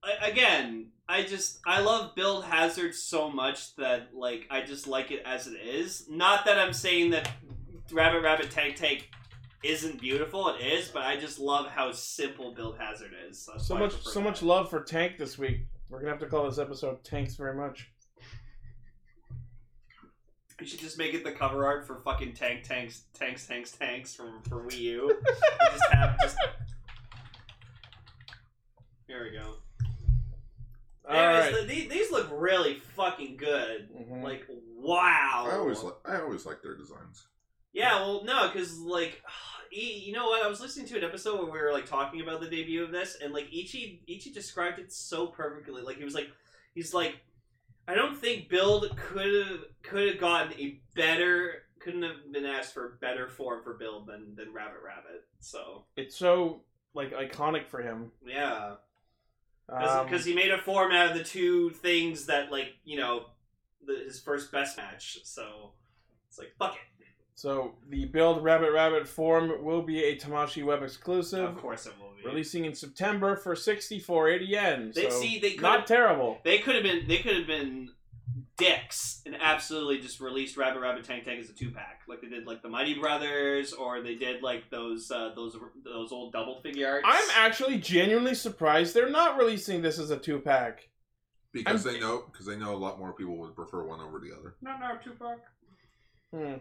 I- again, I just I love Build Hazard so much that like I just like it as it is. Not that I'm saying that Rabbit Rabbit Tank Tank isn't beautiful. It is, but I just love how simple Build Hazard is. That's
So
why I
much,
prefer
so
that.
much love for Tank this week. We're gonna have to call this episode "Tanks Very Much."
You should just make it the cover art for fucking Tank Tanks Tanks Tanks Tanks from for Wii U. just have just. Here we go.
All
Anyways, the-
right.
these, these look really fucking good.
Mhm.
Like wow.
Oh.
I always like I always like their designs.
Yeah, well, no, because like, e- you know what? I was listening to an episode where we were like talking about the debut of this, and like Ichi Ichi described it so perfectly. Like he was like, he's like, I don't think Build could have could have gotten a better couldn't have been asked for a better form for Build than than Rabbit Rabbit. So
it's so like iconic for him.
yeah,
Um,
because he made a form out of the two things that like you know the, his first best match. So it's like fuck it.
so the build Rabbit Rabbit form will be a Tamashi Web exclusive,
Of course it will be.
releasing in September for sixty four eighty yen.
They
so
see they could
not terrible.
They could have been. They could have been dicks and absolutely just released Rabbit Rabbit Tank Tank as a two pack, like they did like the Mighty Brothers, or they did like those uh, those those old double figure arts.
I'm actually genuinely surprised they're not releasing this as a two pack.
Because
I'm-
they know, because they know a lot more people would prefer one over the other.
not our two pack.
Hmm.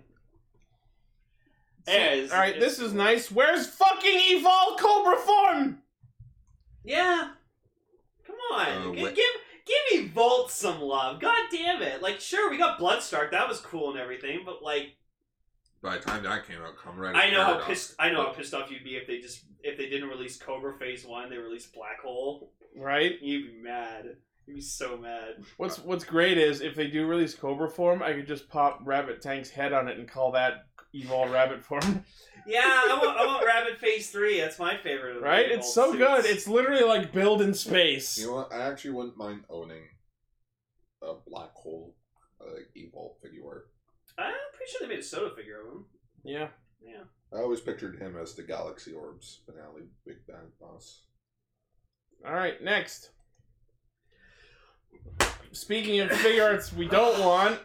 Anyways,
All right,
it's-
this is nice. Where's fucking Evolve Cobra Form?
Yeah. Come on.
Uh,
Gi-
what-
give give me Volt some love. God damn it. Like sure we got Bloodstark, that was cool and everything, but like
By the time that came out, come right.
I know how
Paradox.
pissed I know how pissed off you'd be if they just if they didn't release Cobra Phase One, they released Black Hole.
Right.
You'd be mad. You'd be so mad.
What's What's great is if they do release Cobra Form, I could just pop Rabbit Tank's head on it and call that Evolve Rabbit Form.
Yeah, I want I want Rabbit Phase Three. That's my favorite. Of the
Right?
Volt
It's so
suits.
good. It's literally like build in
You
space.
know what? I actually wouldn't mind owning a black hole like evil figure.
I'm pretty sure they made a soda figure of him.
Yeah.
Yeah.
I always pictured him as the Galaxy Orbs finale Big Bang boss.
All right, next. Speaking of figure arts we don't want,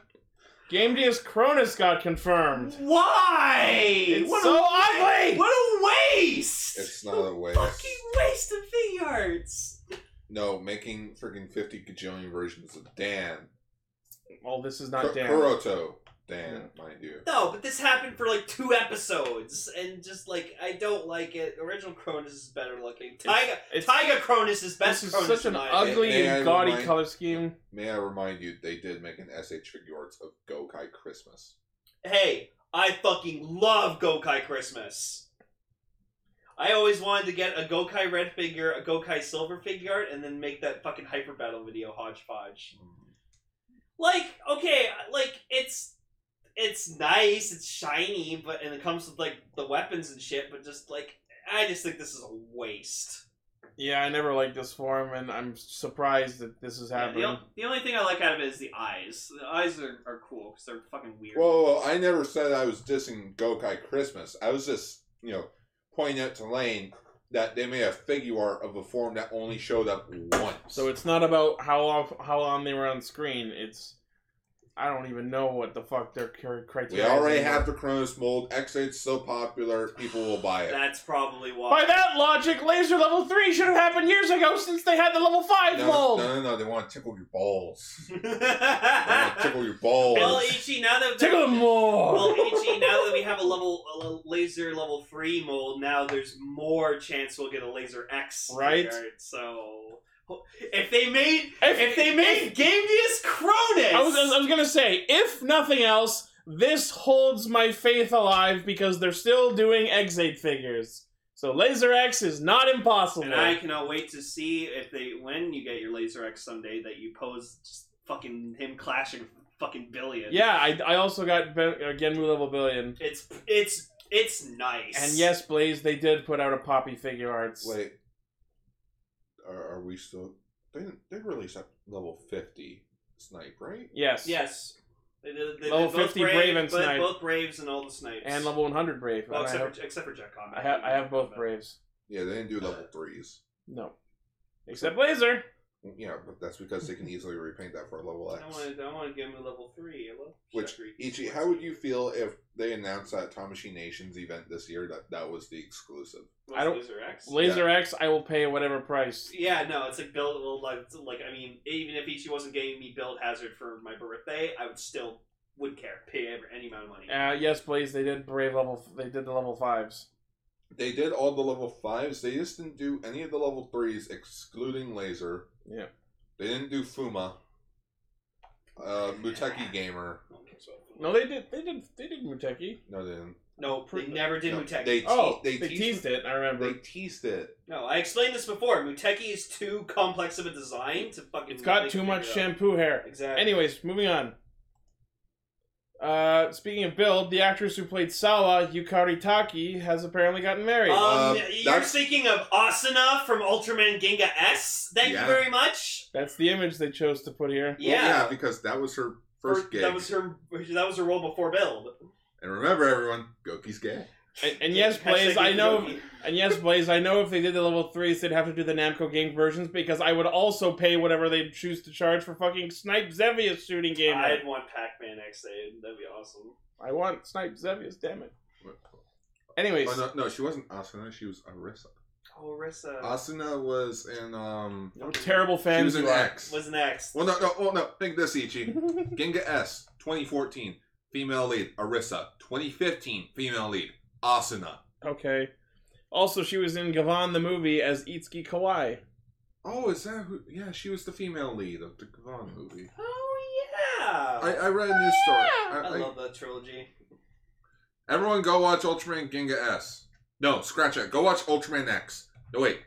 Game Deus Cronus got confirmed.
Why?
It's
what
so
a,
ugly!
What a waste!
It's not a waste.
fucking waste of figure arts.
No, making freaking fifty gajillion versions of Dan.
Oh,
Well, this is
Ku-
not Dan.
Kuroto Dan, mind you.
No, but this happened for like two episodes, and just like I don't like it. Original Cronus is better looking. Tyga
It's,
Tyga Cronus is best.
this is
Cronus
such an
in my opinion.
ugly
Yeah, I
and gaudy
remind-
color scheme.
May I remind you, they did make an SH figures of Gokai Christmas.
Hey, I fucking love Gokai Christmas. I always wanted to get a Gokai red figure, a Gokai silver figure, art, and then make that fucking hyper battle video hodgepodge. like okay like it's it's nice it's shiny but and it comes with like the weapons and shit but just like i just think this is a waste
Yeah, I never liked this form, and I'm surprised that this is
Yeah,
happening.
the, o- the only thing i like out of it is the eyes the eyes are, are cool because they're fucking weird
Whoa, whoa, whoa, I never said I was dissing Gokai Christmas. I was just, you know, pointing out to Lane that they made a figure art of a form that only showed up once.
So it's not about how long how long they were on screen. It's I don't even know what the fuck their cri-
we
criteria.
already
is anymore.
have the Cronus mold. X8's so popular, people will buy it.
that's probably why
By that logic, laser level three should have happened years ago since they had the level five
no,
mold.
no, no, no, they want to tickle your balls. They want to tickle your balls.
well ichi now that
Tickle them more.
well E ichi now that we have a level a le- laser level 3 mold now there's more chance we'll get a laser x
Right.
figure, so if they made
if,
If they made Gameus Cronus,
I was, I was gonna say, if nothing else, this holds my faith alive because they're still doing X8 figures. So Laser X is not impossible.
and I cannot wait to see if they when you get your Laser X someday that you pose just fucking him clashing fucking billion.
yeah, I, I also got ben, uh, Genmu level billion.
it's it's it's nice.
And yes, Blaze, they did put out a Poppy figure arts.
Wait. Are, are we still. They, they released at level 50 Snipe, right?
Yes.
yes, they did, they
Level
did both
50 Brave and
but
Snipe.
both Braves and all the Snipes
And level 100 Brave.
Well,
And I,
except,
have,
for, except for Jetcon.
I, have, I have both
But-
Braves.
Yeah, they didn't do level 3s.
No. Except Blazer.
Yeah, but that's because they can easily repaint that for a level
I
X.
want to I want to give him a level three. I love
Which,
Shukri.
Ichi, how would you feel if they announced at Time Machine Nations event this year that that was the exclusive?
What's
I don't-
Laser X?
Laser X, I will pay whatever price.
Yeah, no, it's like build well, like, like I mean, even if Ichi wasn't giving me build hazard for my birthday, I would still wouldn't care, pay ever- any amount of money.
Uh, yes, Blaze, they did Brave level. They did the level 5s.
They did all the level fives. They just didn't do any of the level threes, excluding Laser.
Yeah.
They didn't do Fuma. Uh, Muteki Gamer.
No one cares about
No, they did. They did. They did Muteki.
No, they didn't.
no, they never did
No,
Muteki.
They, te-
Oh,
they,
they,
teased,
teased it. I remember.
They teased it.
no, I explained this before. Muteki is too complex of a design to fucking.
it's got
make
too
me
much
figure out.
shampoo hair.
Exactly.
Anyways, moving on. Uh, speaking of build, the actress who played Sawa, Yukari Taki, has apparently gotten married.
Um,
Uh,
you're
that's-
thinking of Asuna from Ultraman Ginga S. Thank
Yeah.
you very much.
That's the image they chose to put here.
Well,
Yeah,
yeah, because that was her first
Or-
gig.
That was her. That was her role before build.
And remember, everyone, Goki's gay.
And, and yes, Blaze,
Hashtag
I know.
Yuki.
And yes, Blaze, I know. If they did the level threes, they'd have to do the Namco game versions because I would also pay whatever they choose to charge for fucking Snipe Zevius shooting game. I,
I'd want Pac-Man X8. That'd be awesome.
want Snipe Zevius. Damn it. Anyways,
Oh, no, no, she wasn't Asuna. She was Arisa.
Oh, Rissa.
Asuna was in um.
what terrible
She
fans
was in
you are.
X.
was next.
E Well, no, no, oh no. Think this, Ichi. Ginga S, 2014. female lead. Arissa. 2015, female lead. Asuna.
Okay. Also, she was in Gavan the movie as Itsuki Kawai.
Oh, is that who? Yeah, she was the female lead of the Kavan movie.
Oh yeah.
I, I read a news story.
I,
I, I,
love that trilogy.
everyone go watch Ultraman Ginga S. No, scratch that. Go watch Ultraman X. No, wait.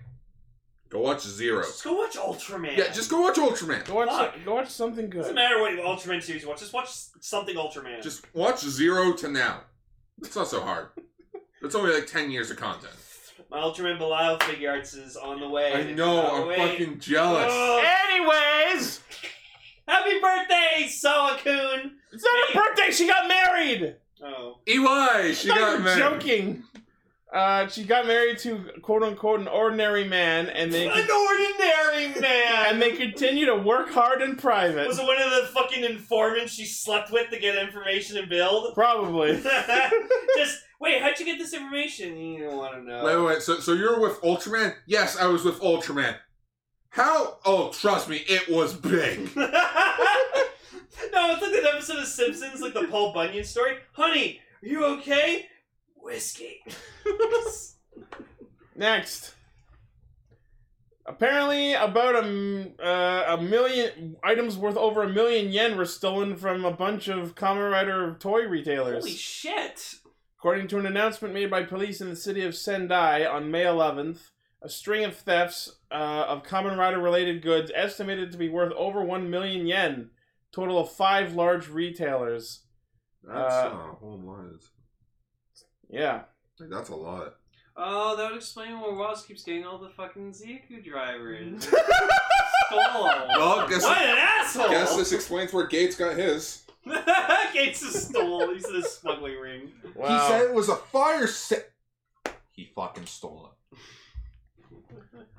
Go watch Zero.
Just go watch Ultraman.
Yeah, just go watch Ultraman.
Go watch,
Fuck.
go watch something good.
doesn't matter what Ultraman series you watch. Just watch something Ultraman.
Just watch Zero to now. It's not so hard. It's only like 10 years of content.
my Ultraman Belial figure arts is on the way.
I know,
Oh,
I'm
wait.
fucking jealous.
Oh.
Anyways,
Happy birthday, Sawa Kun.
it's not her birthday. She got married.
Oh,
EY, she
I thought
got
you were
married.
joking. Uh, she got married to quote unquote an ordinary man, and they
an ordinary man.
and they continue to work hard in private.
Was it one of the fucking informants she slept with to get information and build?
Probably.
Just wait, how'd you get this information? You don't want to know.
Wait, wait, wait. So, so you're with Ultraman? Yes, I was with Ultraman. How? Oh, trust me, it was big.
no, it's like that episode of Simpsons, like the Paul Bunyan story. Honey, are you okay? Whiskey.
Next. Apparently, about a, m- uh, a million items worth over a million yen were stolen from a bunch of Kamen Rider toy retailers.
Holy shit!
According to an announcement made by police in the city of Sendai on May 11th, a string of thefts uh, of Kamen Rider related goods estimated to be worth over 1 million yen, total of five large retailers.
That's
Uh,
not a whole lot.
Yeah.
Like, that's a lot.
Oh, that would explain why Ross keeps getting all the fucking Ziku drivers. stolen.
Well, guess-
what an asshole!
Guess this explains where Gates got his.
Gates is stole. He's in a smuggling ring.
Wow.
He said it was a fire set. He fucking stole it.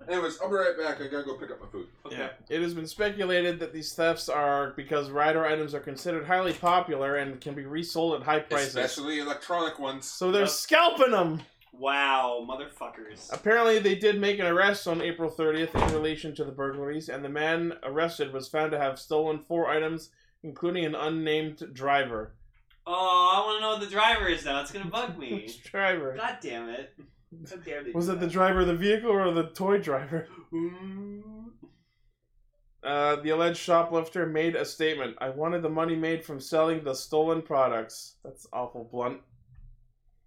Anyways, I'll be right back. I gotta go pick up my food.
Okay.
Yeah. It has been speculated that these thefts are because rider items are considered highly popular and can be resold at high prices.
Especially electronic ones.
so they're
Yep.
scalping them.
Wow, motherfuckers.
Apparently, they did make an arrest on April 30th in relation to the burglaries, and the man arrested was found to have stolen four items, including an unnamed driver.
Oh, I want to know what the driver is now. It's gonna bug me.
Which driver?
God damn it. How dare they
Was
do
it the
that.
driver of the vehicle or the toy driver?
Ooh.
Uh, the alleged shoplifter made a statement. I wanted the money made from selling the stolen products. That's awful blunt.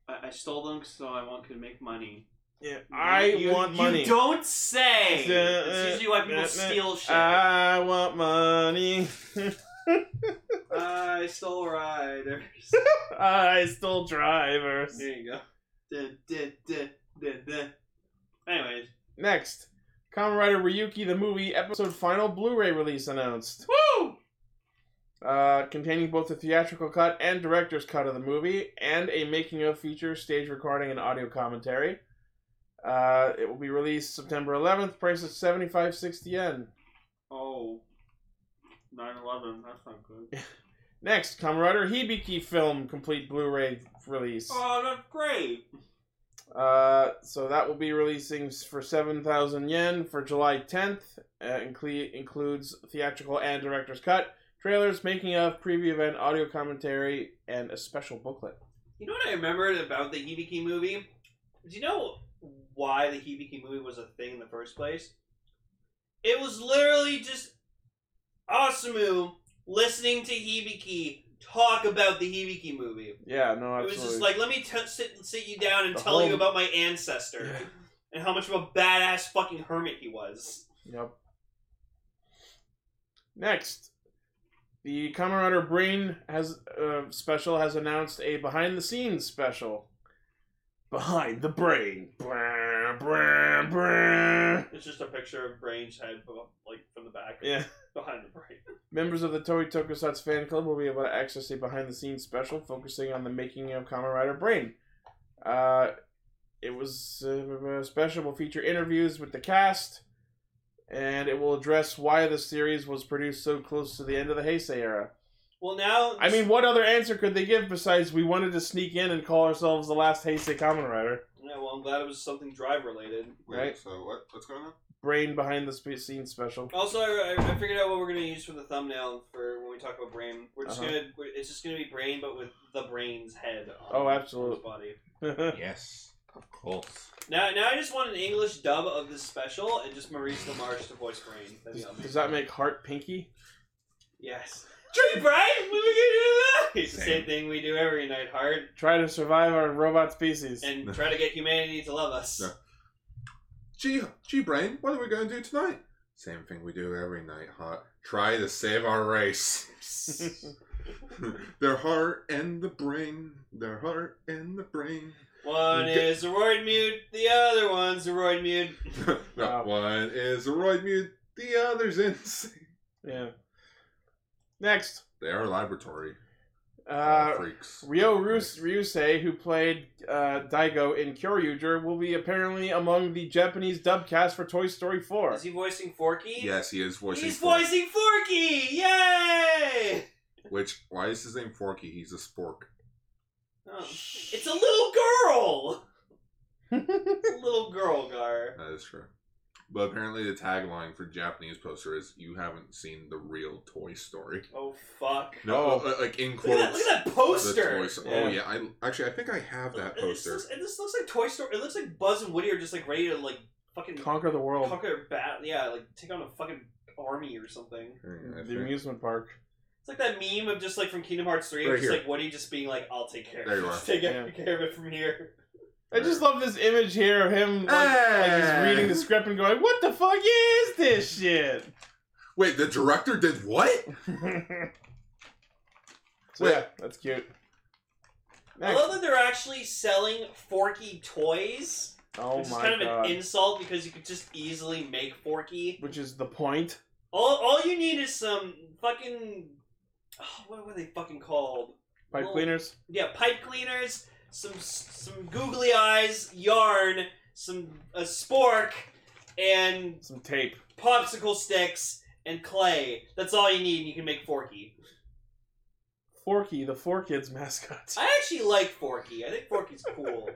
I, I stole them so I want to make money.
Yeah, I
You-
want money.
You don't say. That's usually why people
Uh, uh,
steal shit.
I want money.
I stole riders.
I stole drivers.
there you go. Dun, dun, dun, dun, dun. Anyways,
Next, Kamen Rider Ryuki the movie episode final Blu-ray release announced,
woo!
uh, containing both the theatrical cut and director's cut of the movie, and a making of feature, stage recording, and audio commentary. Uh, it will be released September 11th. Price is 75.60 yen.
Oh. 9-11, that's not good.
Next, Kamen Rider Hibiki film complete Blu-ray release.
Oh, that's great.
Uh, so that will be releasing s- for 7,000 yen for July 10th. Uh, inclu- includes theatrical and director's cut, trailers, making of, preview event, audio commentary, and a special booklet.
You know what I remembered about the Hibiki movie? Do you know why the Hibiki movie was a thing in the first place? It was literally just Osamu listening to Hibiki talk about the Hibiki movie.
Yeah, no,
It
absolutely.
was just like, let me t- sit, sit you down and
The
tell you
whole-
about my ancestor
Yeah.
and how much of a badass fucking hermit he was.
Yep. Next, the Kamen Rider Brain has uh, special has announced a behind the scenes special. Behind the brain. Brr, brr, brr.
It's just a picture of Brain's head, but, like from the back,
Yeah.
behind the brain.
Members of the Toei Tokusatsu fan club will be able to access a behind the scenes special focusing on the making of Kamen Rider Brain. Uh, it was uh, special will feature interviews with the cast, and it will address why the series was produced so close to the end of the Heisei era.
Well, now
I mean, what other answer could they give besides we wanted to sneak in and call ourselves the last Heisei Kamen Rider?
yeah. Well, I'm glad it was something drive related.
Wait,
Right.
So what? What's going on?
brain behind the sp- scene special.
Also, I, I I figured out what we're gonna use for the thumbnail for when we talk about brain. We're just
Uh-huh.
gonna we're- it's just gonna be brain, but with the brain's head. On
Oh, absolute.
his body.
Yes, of course.
Now, now I just want an English dub of this special and just Maurice LaMarche to voice brain. That'd be
does,
amazing.
does that make heart pinky?
Yes. Dream brain. We look at it. It's the
Same.
same thing we do every night, hard
Try to survive our robot species.
and try to get humanity to love us.
No. Gee, gee, brain, what are we going to do tonight? Same thing we do every night, hot. Try to save our race. their heart and the brain. Their heart and the brain.
One
Good.
is roid mute, the other one's roid mute.
no,
Wow.
One is a roid mute, the other's insane.
yeah. Next,
They are laboratory
uh,
freaks.
Ryo Rus- Ryusei, who played uh, Daigo in Kyoryuger, will be apparently among the Japanese dub cast for Toy Story 4.
Is he voicing Forky?
Yes, he is voicing.
He's
Fork,
voicing Forky! Yay!
Which why is his name Forky? He's a spork.
Oh, It's a little girl. it's a little girl, Gar.
That is true. But apparently, the tagline for Japanese poster is "You haven't seen the real Toy Story."
Oh fuck!
No, uh, like
Oh.
in
Look
quotes.
at, that, look at that
the
poster.
Toy Story- Oh yeah, I actually I think I have that
It- This
poster.
looks, it- this looks like Toy Story. It looks like Buzz and Woody are just like ready to like fucking
Conquer the World.
conquer bat. Yeah, like take on a fucking army or something.
Hang on, I
the
think-
amusement park.
It's like that meme of just like from Kingdom Hearts three, of
Right
just
here.
like Woody just being like, "I'll take care.
There
of
you
it.
are.
Just Take care of it from here."
I just love this image here of him like, like he's
Hey!
reading the script and going, "What the fuck is this shit?"
Wait, the director did what?
so yeah, that's cute.
I
Next.
love that they're actually selling Forky toys.
Oh
which is
my
kind of
god!
an insult because you could just easily make Forky.
Which is the point?
All, all you need is some fucking. Oh, what were they fucking called?
Pipe
Well-
cleaners.
Yeah, pipe cleaners, some some googly eyes, yarn, some a spork, and
Some tape.
popsicle sticks and clay. That's all you need, and you can make Forky.
Forky, the four kids mascot.
I actually like Forky. I think Forky's cool.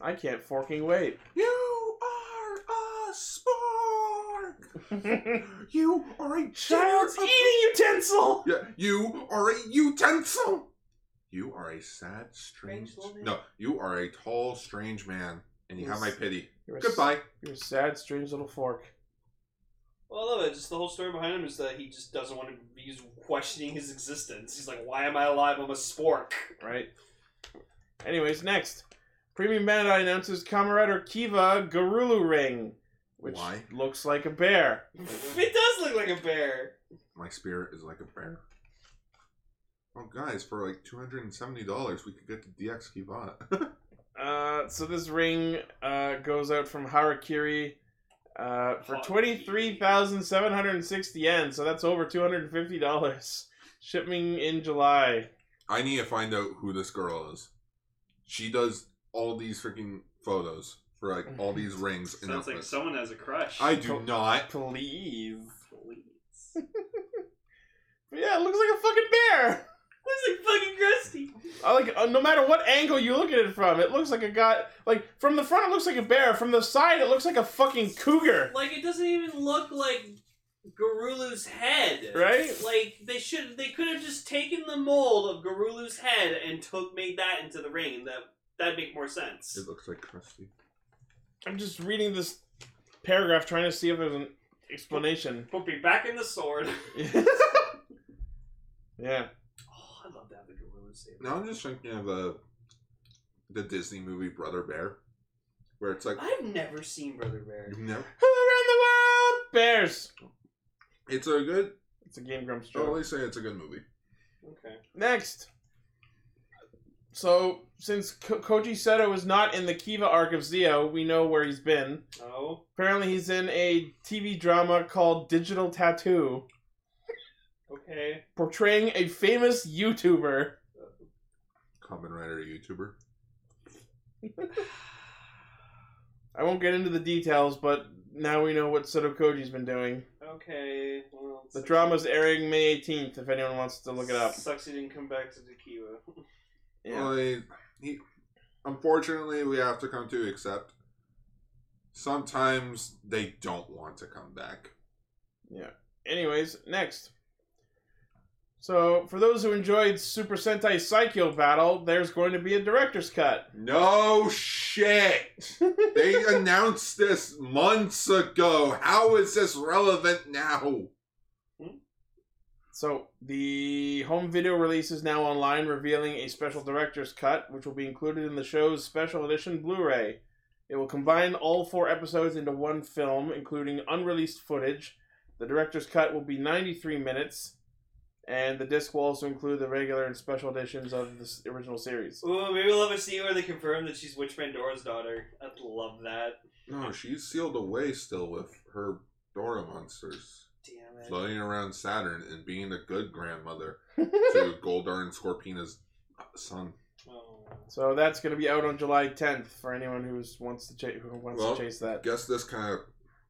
I can't forking wait.
You are a spork.
Child's
You are a
eating utensil.
Yeah, you are a utensil. You are a sad, strange.
Strange little man.
No, you are a tall, strange man, and you have my
Yes.
pity.
You're a s-
Goodbye.
You're a sad, strange little fork.
Well, I love it. Just the whole story behind him is that he just doesn't want to be questioning his existence. He's like, "Why am I alive? I'm a spork."
right? Anyways, next. Premium Bandai announces Kamen Kiva Garulu Ring, which
Why?
looks like a bear.
it does look like a bear.
My spirit is like a bear. Oh, guys, for like two hundred and seventy dollars, we could get the DX Kivat.
Uh, so this ring uh, goes out from Harakiri uh, for
Harakiri.
23,760 yen, so that's over $250. Shipping in July.
I need to find out who this girl is. She does all these freaking photos for like all these rings and outfits.
someone has a crush.
I do not.
Please.
Please.
But yeah, it looks like a fucking bear.
Looks like fucking crusty.
I like uh, no matter what angle you look at it from, it looks like a guy. Like from the front, it looks like a bear. From the side, it looks like a fucking cougar.
Like it doesn't even look like Garulu's head.
Right?
Like they should they could have just taken the mold of Garulu's head and took made that into the ring. That that'd make more sense.
It looks like crusty.
I'm just reading this paragraph, trying to see if there's an explanation.
Put me back in the sword.
yeah.
Oh, I'd love to have the Garulu saber.
Now I'm just thinking of uh, the Disney movie Brother Bear, where it's like
I've never seen Brother Bear.
you've never.
Who around the world? Bears.
It's a good.
It's a Game Grumps
I'll
joke.
always say it's a good movie.
Okay.
Next. So since Ko- Koji Seto is not in the Kiva arc of Zio, we know where he's been.
Oh.
Apparently, he's in a TV drama called Digital Tattoo.
Okay.
portraying a famous YouTuber.
Common writer YouTuber.
I won't get into the details, but now we know what Soto Koji's been doing.
Okay. Well,
The
sucks-
drama's airing May 18th if anyone wants to look it up.
Sucks he didn't come back to Takiwa.
Yeah.
Well, he, he- unfortunately, we have to come to accept Sometimes they don't want to come back.
Anyways, next. So, for those who enjoyed Super Sentai Psycho Battle, there's going to be a director's cut.
No shit. they announced this months ago. How is this relevant now?
So, the home video release is now online, revealing a special director's cut, which will be included in the show's special edition Blu ray. It will combine all four episodes into one film, including unreleased footage. The director's cut will be 93 minutes, and the disc will also include the regular and special editions of the s- original series.
Ooh, maybe we'll ever see where they confirm that she's Witch Pandora's daughter. I'd love that.
No, she's sealed away still with her Dora monsters
Damn it.
floating around Saturn and being a good grandmother to Goldar and Scorpina's son.
Oh.
So that's going to be out on July 10th for anyone who's wants to chase who wants
Well,
to chase that.
guess this kind of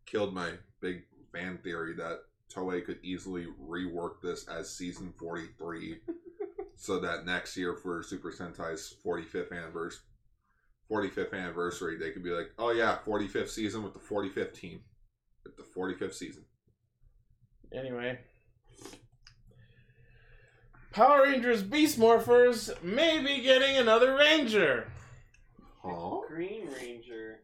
killed my big fan theory that Toei could easily rework this as season 43 so that next year for Super Sentai's 45th anniversary 45th anniversary they could be like, "Oh yeah, 45th season with the 45th team." With the 45th season.
Anyway, Power Rangers Beast Morphers may be getting another Ranger.
Huh?
Green Ranger.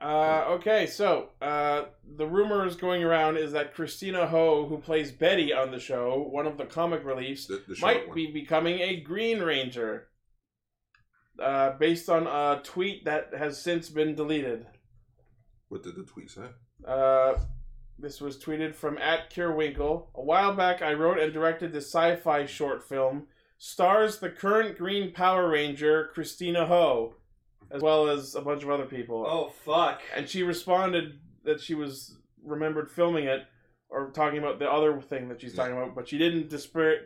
Uh, okay, so uh, the rumor is going around is that Christina Ho, who plays Betty on the show, one of the comic reliefs,
The, the short
might
one.
be becoming a Green Ranger. Uh, based on a tweet that has since been deleted.
What did the tweet say?
Uh, this was tweeted from at Kerwinkle. A while back, I wrote and directed this sci-fi short film. Stars the current Green Power Ranger Christina Ho, as well as a bunch of other people.
Oh fuck.
And she responded that she was remembered filming it or talking about the other thing that she's talking about, but she didn't disparate,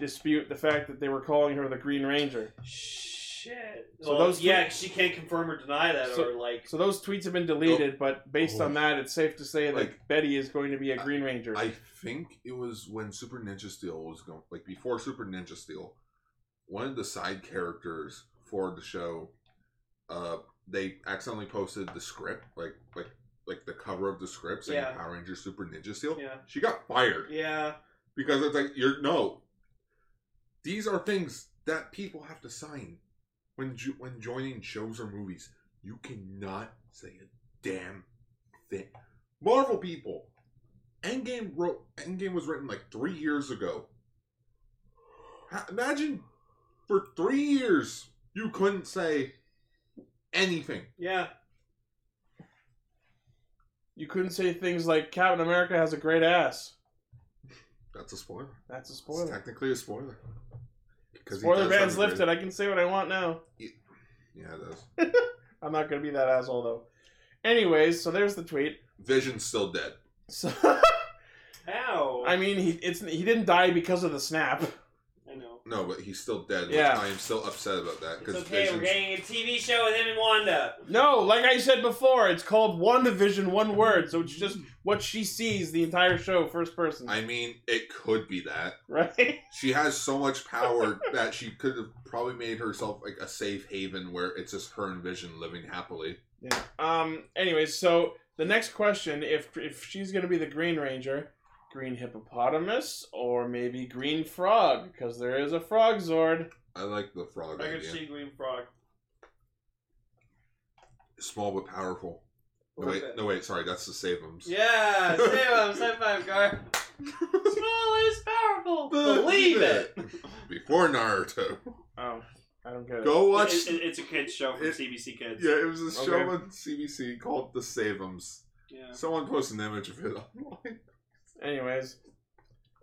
dispute the fact that they were calling her the Green Ranger.
Shit.
So
well,
those
yeah, she can't confirm or deny that,
So-
or like.
So those tweets have been deleted, but based on
Oh.
that, it's safe to say that
Like-
Betty is going to be a Green Ranger.
I think it was when Super Ninja Steel was going, like before Super Ninja Steel, one of the side characters for the show, uh, they accidentally posted the script, like like like the cover of the script saying
Yeah.
Power Ranger Super Ninja Steel.
Yeah.
She got fired
Yeah.
because it's like you're no. These are things that people have to sign when jo- when joining shows or movies. You cannot say a damn thing. Marvel people, Endgame wrote Endgame was written like three years ago. Ha- Imagine for three years you couldn't say anything.
Yeah.
You couldn't say things like Captain America has a great ass.
That's a spoiler.
That's a
It's
spoiler.
technically a spoiler. 'Cause he
Spoiler
does have
ban's
a great-
lifted. I can say what I want now.
Yeah, it does.
I'm not gonna be that asshole though. Anyways, so there's the tweet.
Vision's still dead.
So
How?
I mean, he it's he didn't die because of the snap.
I know.
No, but he's still dead.
Yeah.
Yeah, I am still upset about that
It's
because
okay. We're getting a TV show with him and Wanda.
No, like I said before, it's called one division, one word. So it's just what she sees the entire show, first person,
I mean, it could be that
right?
she has so much power that she could have probably made herself like a safe haven where it's just her and Vision living happily.
Yeah. Um. Anyways, so the next question, if if she's gonna be the Green Ranger, Green Hippopotamus, or maybe Green Frog, because there is a Frog Zord.
I like the
Oh,
frog
I could
idea.
see Green Frog.
Small but powerful. No
Okay.
wait, no wait. Sorry, that's the save 'ems.
Yeah. Save him. High five, Gar. Small is powerful. Believe it.
Before Naruto,
Oh, I don't get it.
go watch.
It- it- it's a kids show from
It-
CBC Kids.
yeah, it was a show
Okay.
on CBC called The Save 'ems.
Yeah.
Someone posted an image of it online.
Anyways,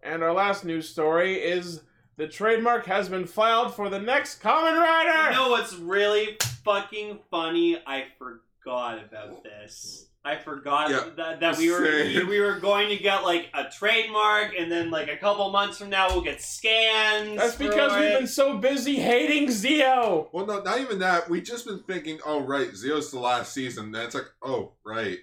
and our last news story is the trademark has been filed for the next Common Rider.
You know what's really fucking funny? I forgot about this. I forgot
Yeah,
that, that we were
same.
we were going to get like a trademark, and then like a couple months from now we'll get scans.
That's
for
because we've
it.
been so busy hating Zio.
Well, no, not even that. We've just been thinking, oh, right, Zeo's the last season. That's like, oh, right.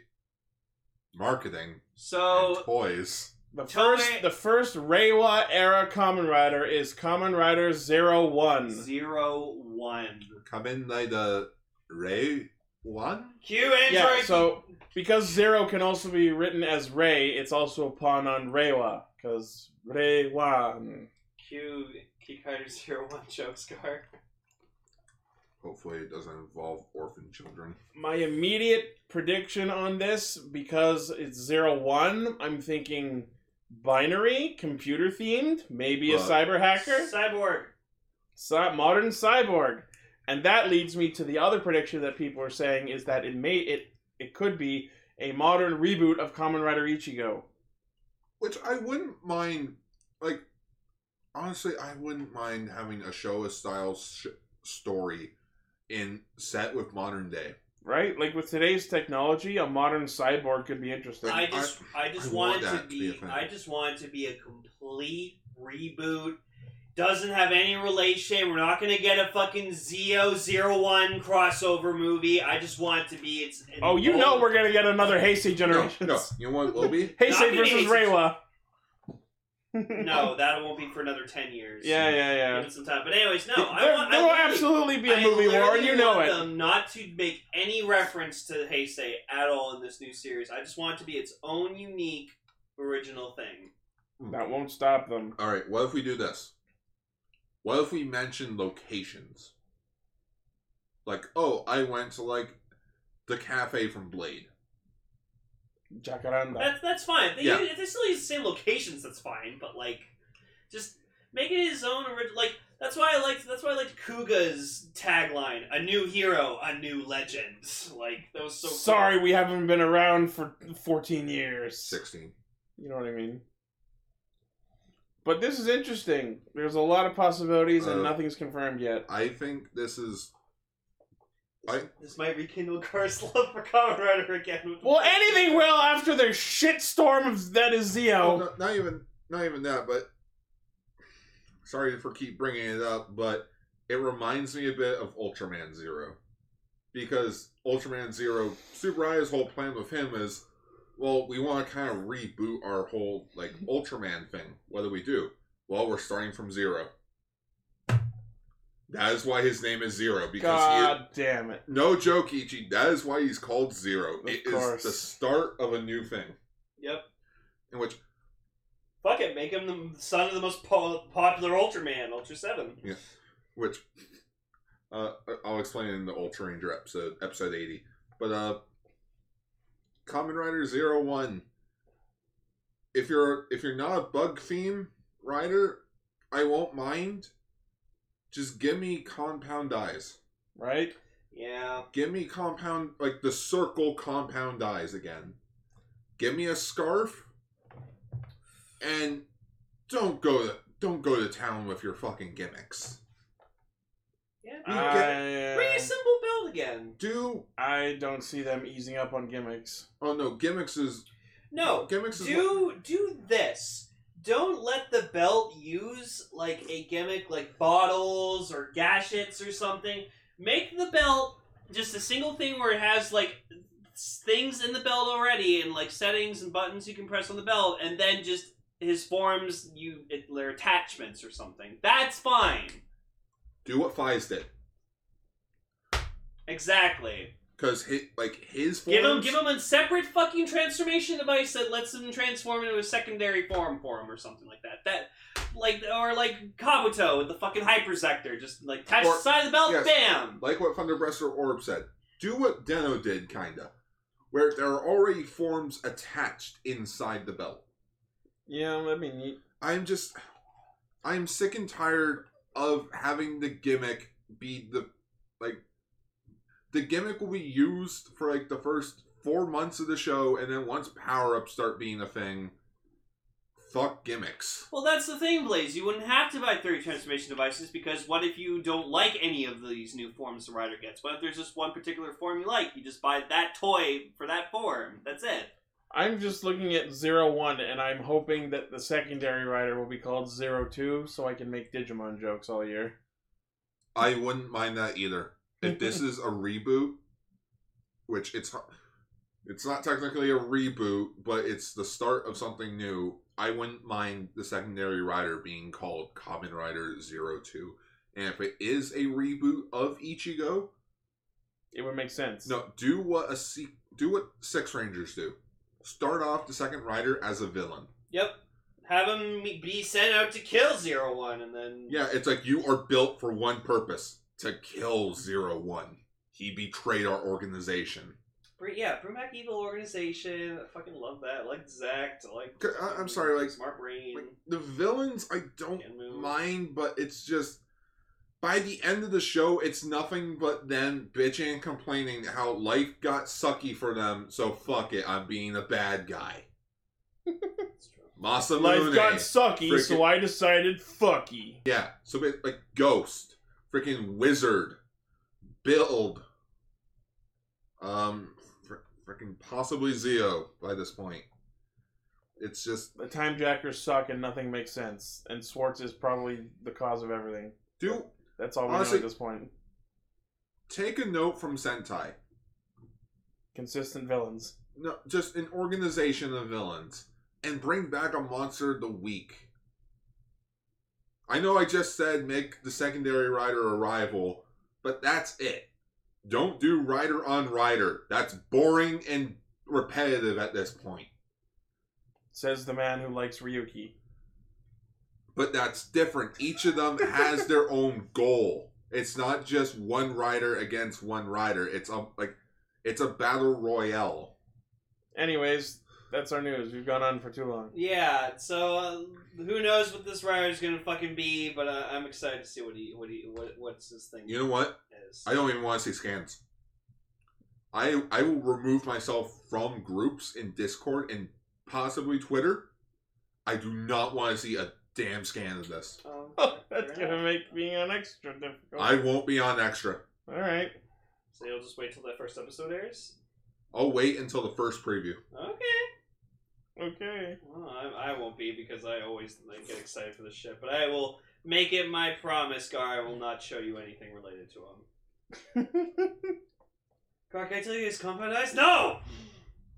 Marketing and
so.
toys.
The
Tell
first,
me-
the first Reiwa era Common Rider is Common Rider Zero One.
Zero one.
Come in like the Ray One?
Q Android.
Yeah, so because Zero can also be written as Ray, it's also a pun on Reiwa, because Reiwa.
Q Keycarder Zero One Chokescar.
Hopefully it doesn't involve orphan children.
My immediate prediction on this, because it's Zero One, I'm thinking binary, computer themed, maybe a
But-
cyber hacker,
Cyborg.
Cy- modern cyborg, and that leads me to the other prediction that people are saying is that it may it it could be a modern reboot of Kamen Rider Ichigo.
Which I wouldn't mind, like, honestly, I wouldn't mind having a Showa style sh- story in set with modern day.
Right? Like with today's technology, a modern cyborg could be interesting.
I just, I, just
I
want
want
it to
that to be
be,
a thing.
I just want it to be a complete reboot. Doesn't have any relation. We're not gonna get a fucking Zio Zero One crossover movie. I just want it to be its.
oh, you know we're gonna get another Heisei
No,
generation.
no, you know what it will be?
Heisei
Not
versus
Heisei.
Reiwa.
No, that won't be for another ten years.
Yeah, yeah,
Give
yeah.
it some time. But anyways, no, I
there
want.
there
I
will
literally-
absolutely be a
I
movie war, and
literally
you know
want
it.
Them not to make any reference to Heisei at all in this new series. I just want it to be its own unique original thing.
That won't stop them.
All right, what if we do this? What if we mention locations? Like, oh, I went to like the cafe from Blade.
Jacaranda.
That's that's fine. They,
Yeah.
if they still use the same locations, that's fine. But like, just make it his own original. Like that's why I liked. That's why I liked Kuga's tagline: "A new hero, a new legend." Like that was so. cool.
Sorry, we haven't been around for 14 years.
Sixteen.
You know what I mean? But this is interesting. There's a lot of possibilities, and
Uh,
nothing's confirmed yet.
I think this is I-
This might rekindle Car's love for Kamen Rider again. with-
Well, anything will after the shitstorm of that is Zio.
not, not even not even that, but sorry for keep bringing it up, but it reminds me a bit of Ultraman Zero because Ultraman Zero Subarai's whole plan with him is, well, we want to kind of reboot our whole like
Mm-hmm.
Ultraman thing. What do we do? Well, we're starting from zero. That is why his name is Zero because he is,
God damn it.
no joke, Ichi. That is why he's called Zero.
Of
It is
course.
the start of a new thing
Yep.
in which
Fuck it, make him the son of the most po- popular Ultraman, Ultra Seven.
which uh, I'll explain in the Ultra Ranger episode, episode eighty. But uh, Common Rider Zero One. If you're if you're not a bug theme rider, I won't mind. Just give me compound eyes.
Right?
Yeah,
Give me compound like the circle compound eyes again. Give me a scarf, and don't go to, don't go to town with your fucking gimmicks.
yeah.
I, uh,
Reassemble build again.
Do
I don't see them easing up on gimmicks.
oh no gimmicks is
No,
gimmicks is
do do this. Don't let the belt use like a gimmick like bottles or gashets or something. Make the belt just a single thing where it has like s- things in the belt already and like settings and buttons you can press on the belt, and then just his forms you it, their attachments or something. That's fine.
do what Fies did
Exactly.
because his like his forms,
Give him, give him a separate fucking transformation device that lets him transform into a secondary form for him or something like that. That, like, or like Kabuto with the fucking hypersector, just like attach
Or-
the side of the belt,
yes.
bam.
like what Thunderbreast or Orb said. Do what Deno did, kinda, where there are already forms attached inside the belt.
Yeah, that'd be neat.
I'm just I'm sick and tired of having the gimmick be the like the gimmick will be used for like the first four months of the show and then once power ups start being a thing, fuck gimmicks.
Well, that's the thing, Blaze. You wouldn't have to buy thirty transformation devices because what if you don't like any of these new forms the rider gets? What if there's just one particular form you like? You just buy that toy for that form. That's it.
I'm just looking at Zero One, and I'm hoping that the secondary rider will be called Zero Two, so I can make Digimon jokes all year.
I wouldn't mind that either. If this is a reboot, which it's it's not technically a reboot, but it's the start of something new. I wouldn't mind the secondary rider being called Common Rider Zero Two, and if it is a reboot of Ichigo,
It would make sense.
No, do what a se- do what Six Rangers do. Start off the second rider as a villain.
Yep. Have him be sent out to kill Zero One, and then
Yeah, it's like you are built for one purpose to kill Zero One. He betrayed our organization.
Bring, yeah, bring back evil organization. I fucking love that. I Like Zack, I like
Okay, I- I'm sorry, like-
smart brain.
Like, the villains, I don't
Can move.
mind, but it's just by the end of the show, it's nothing but them bitching and complaining how life got sucky for them. So fuck it, I'm being a bad guy.
That's true.
Masamune.
Life got sucky,
Frickin-
so I decided fucky.
Yeah. So ba- like Ghost, freaking Wizard, Build, um, fr- freaking possibly Zeo by this point. It's just
The time jackers suck and nothing makes sense. And Swartz is probably the cause of everything.
do
That's all we
Honestly-
know at this point.
take a note from Sentai.
Consistent villains.
No, just an organization of villains and bring back a monster of the week. I know I just said make the secondary rider a rival, but that's it. Don't do rider on rider. That's boring and repetitive at this point.
Says the man who likes Ryuki.
But that's different. Each of them has their own goal. It's not just one rider against one rider. It's a like it's a battle royale.
Anyways, that's our news. We've gone on for too long.
Yeah. So uh, who knows what this rider is gonna fucking be? But uh, I'm excited to see what he what he what what's his thing
You know what?
is.
I don't even want to see scans. I I will remove myself from groups in Discord and possibly Twitter. I do not want to see a damn scan of this.
Um,
That's
fair
gonna
enough.
make being an extra difficult.
I won't be on extra.
Alright.
So you'll just wait till that first episode airs.
I'll wait until the first preview.
Okay.
Okay.
Well, I, I won't be because I always like, get excited for this shit. But I will make it my promise, Gar. I will not show you anything related to him. Gar, can I tell you his compound eyes? No.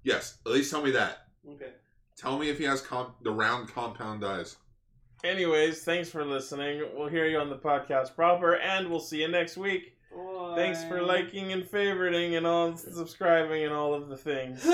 Yes, at least tell me that.
Okay.
Tell me if he has comp- the round compound eyes.
Anyways, thanks for listening. We'll hear you on the podcast proper, and we'll see you next week. Thanks for
Bye.
liking and favoriting and all subscribing and all of the things.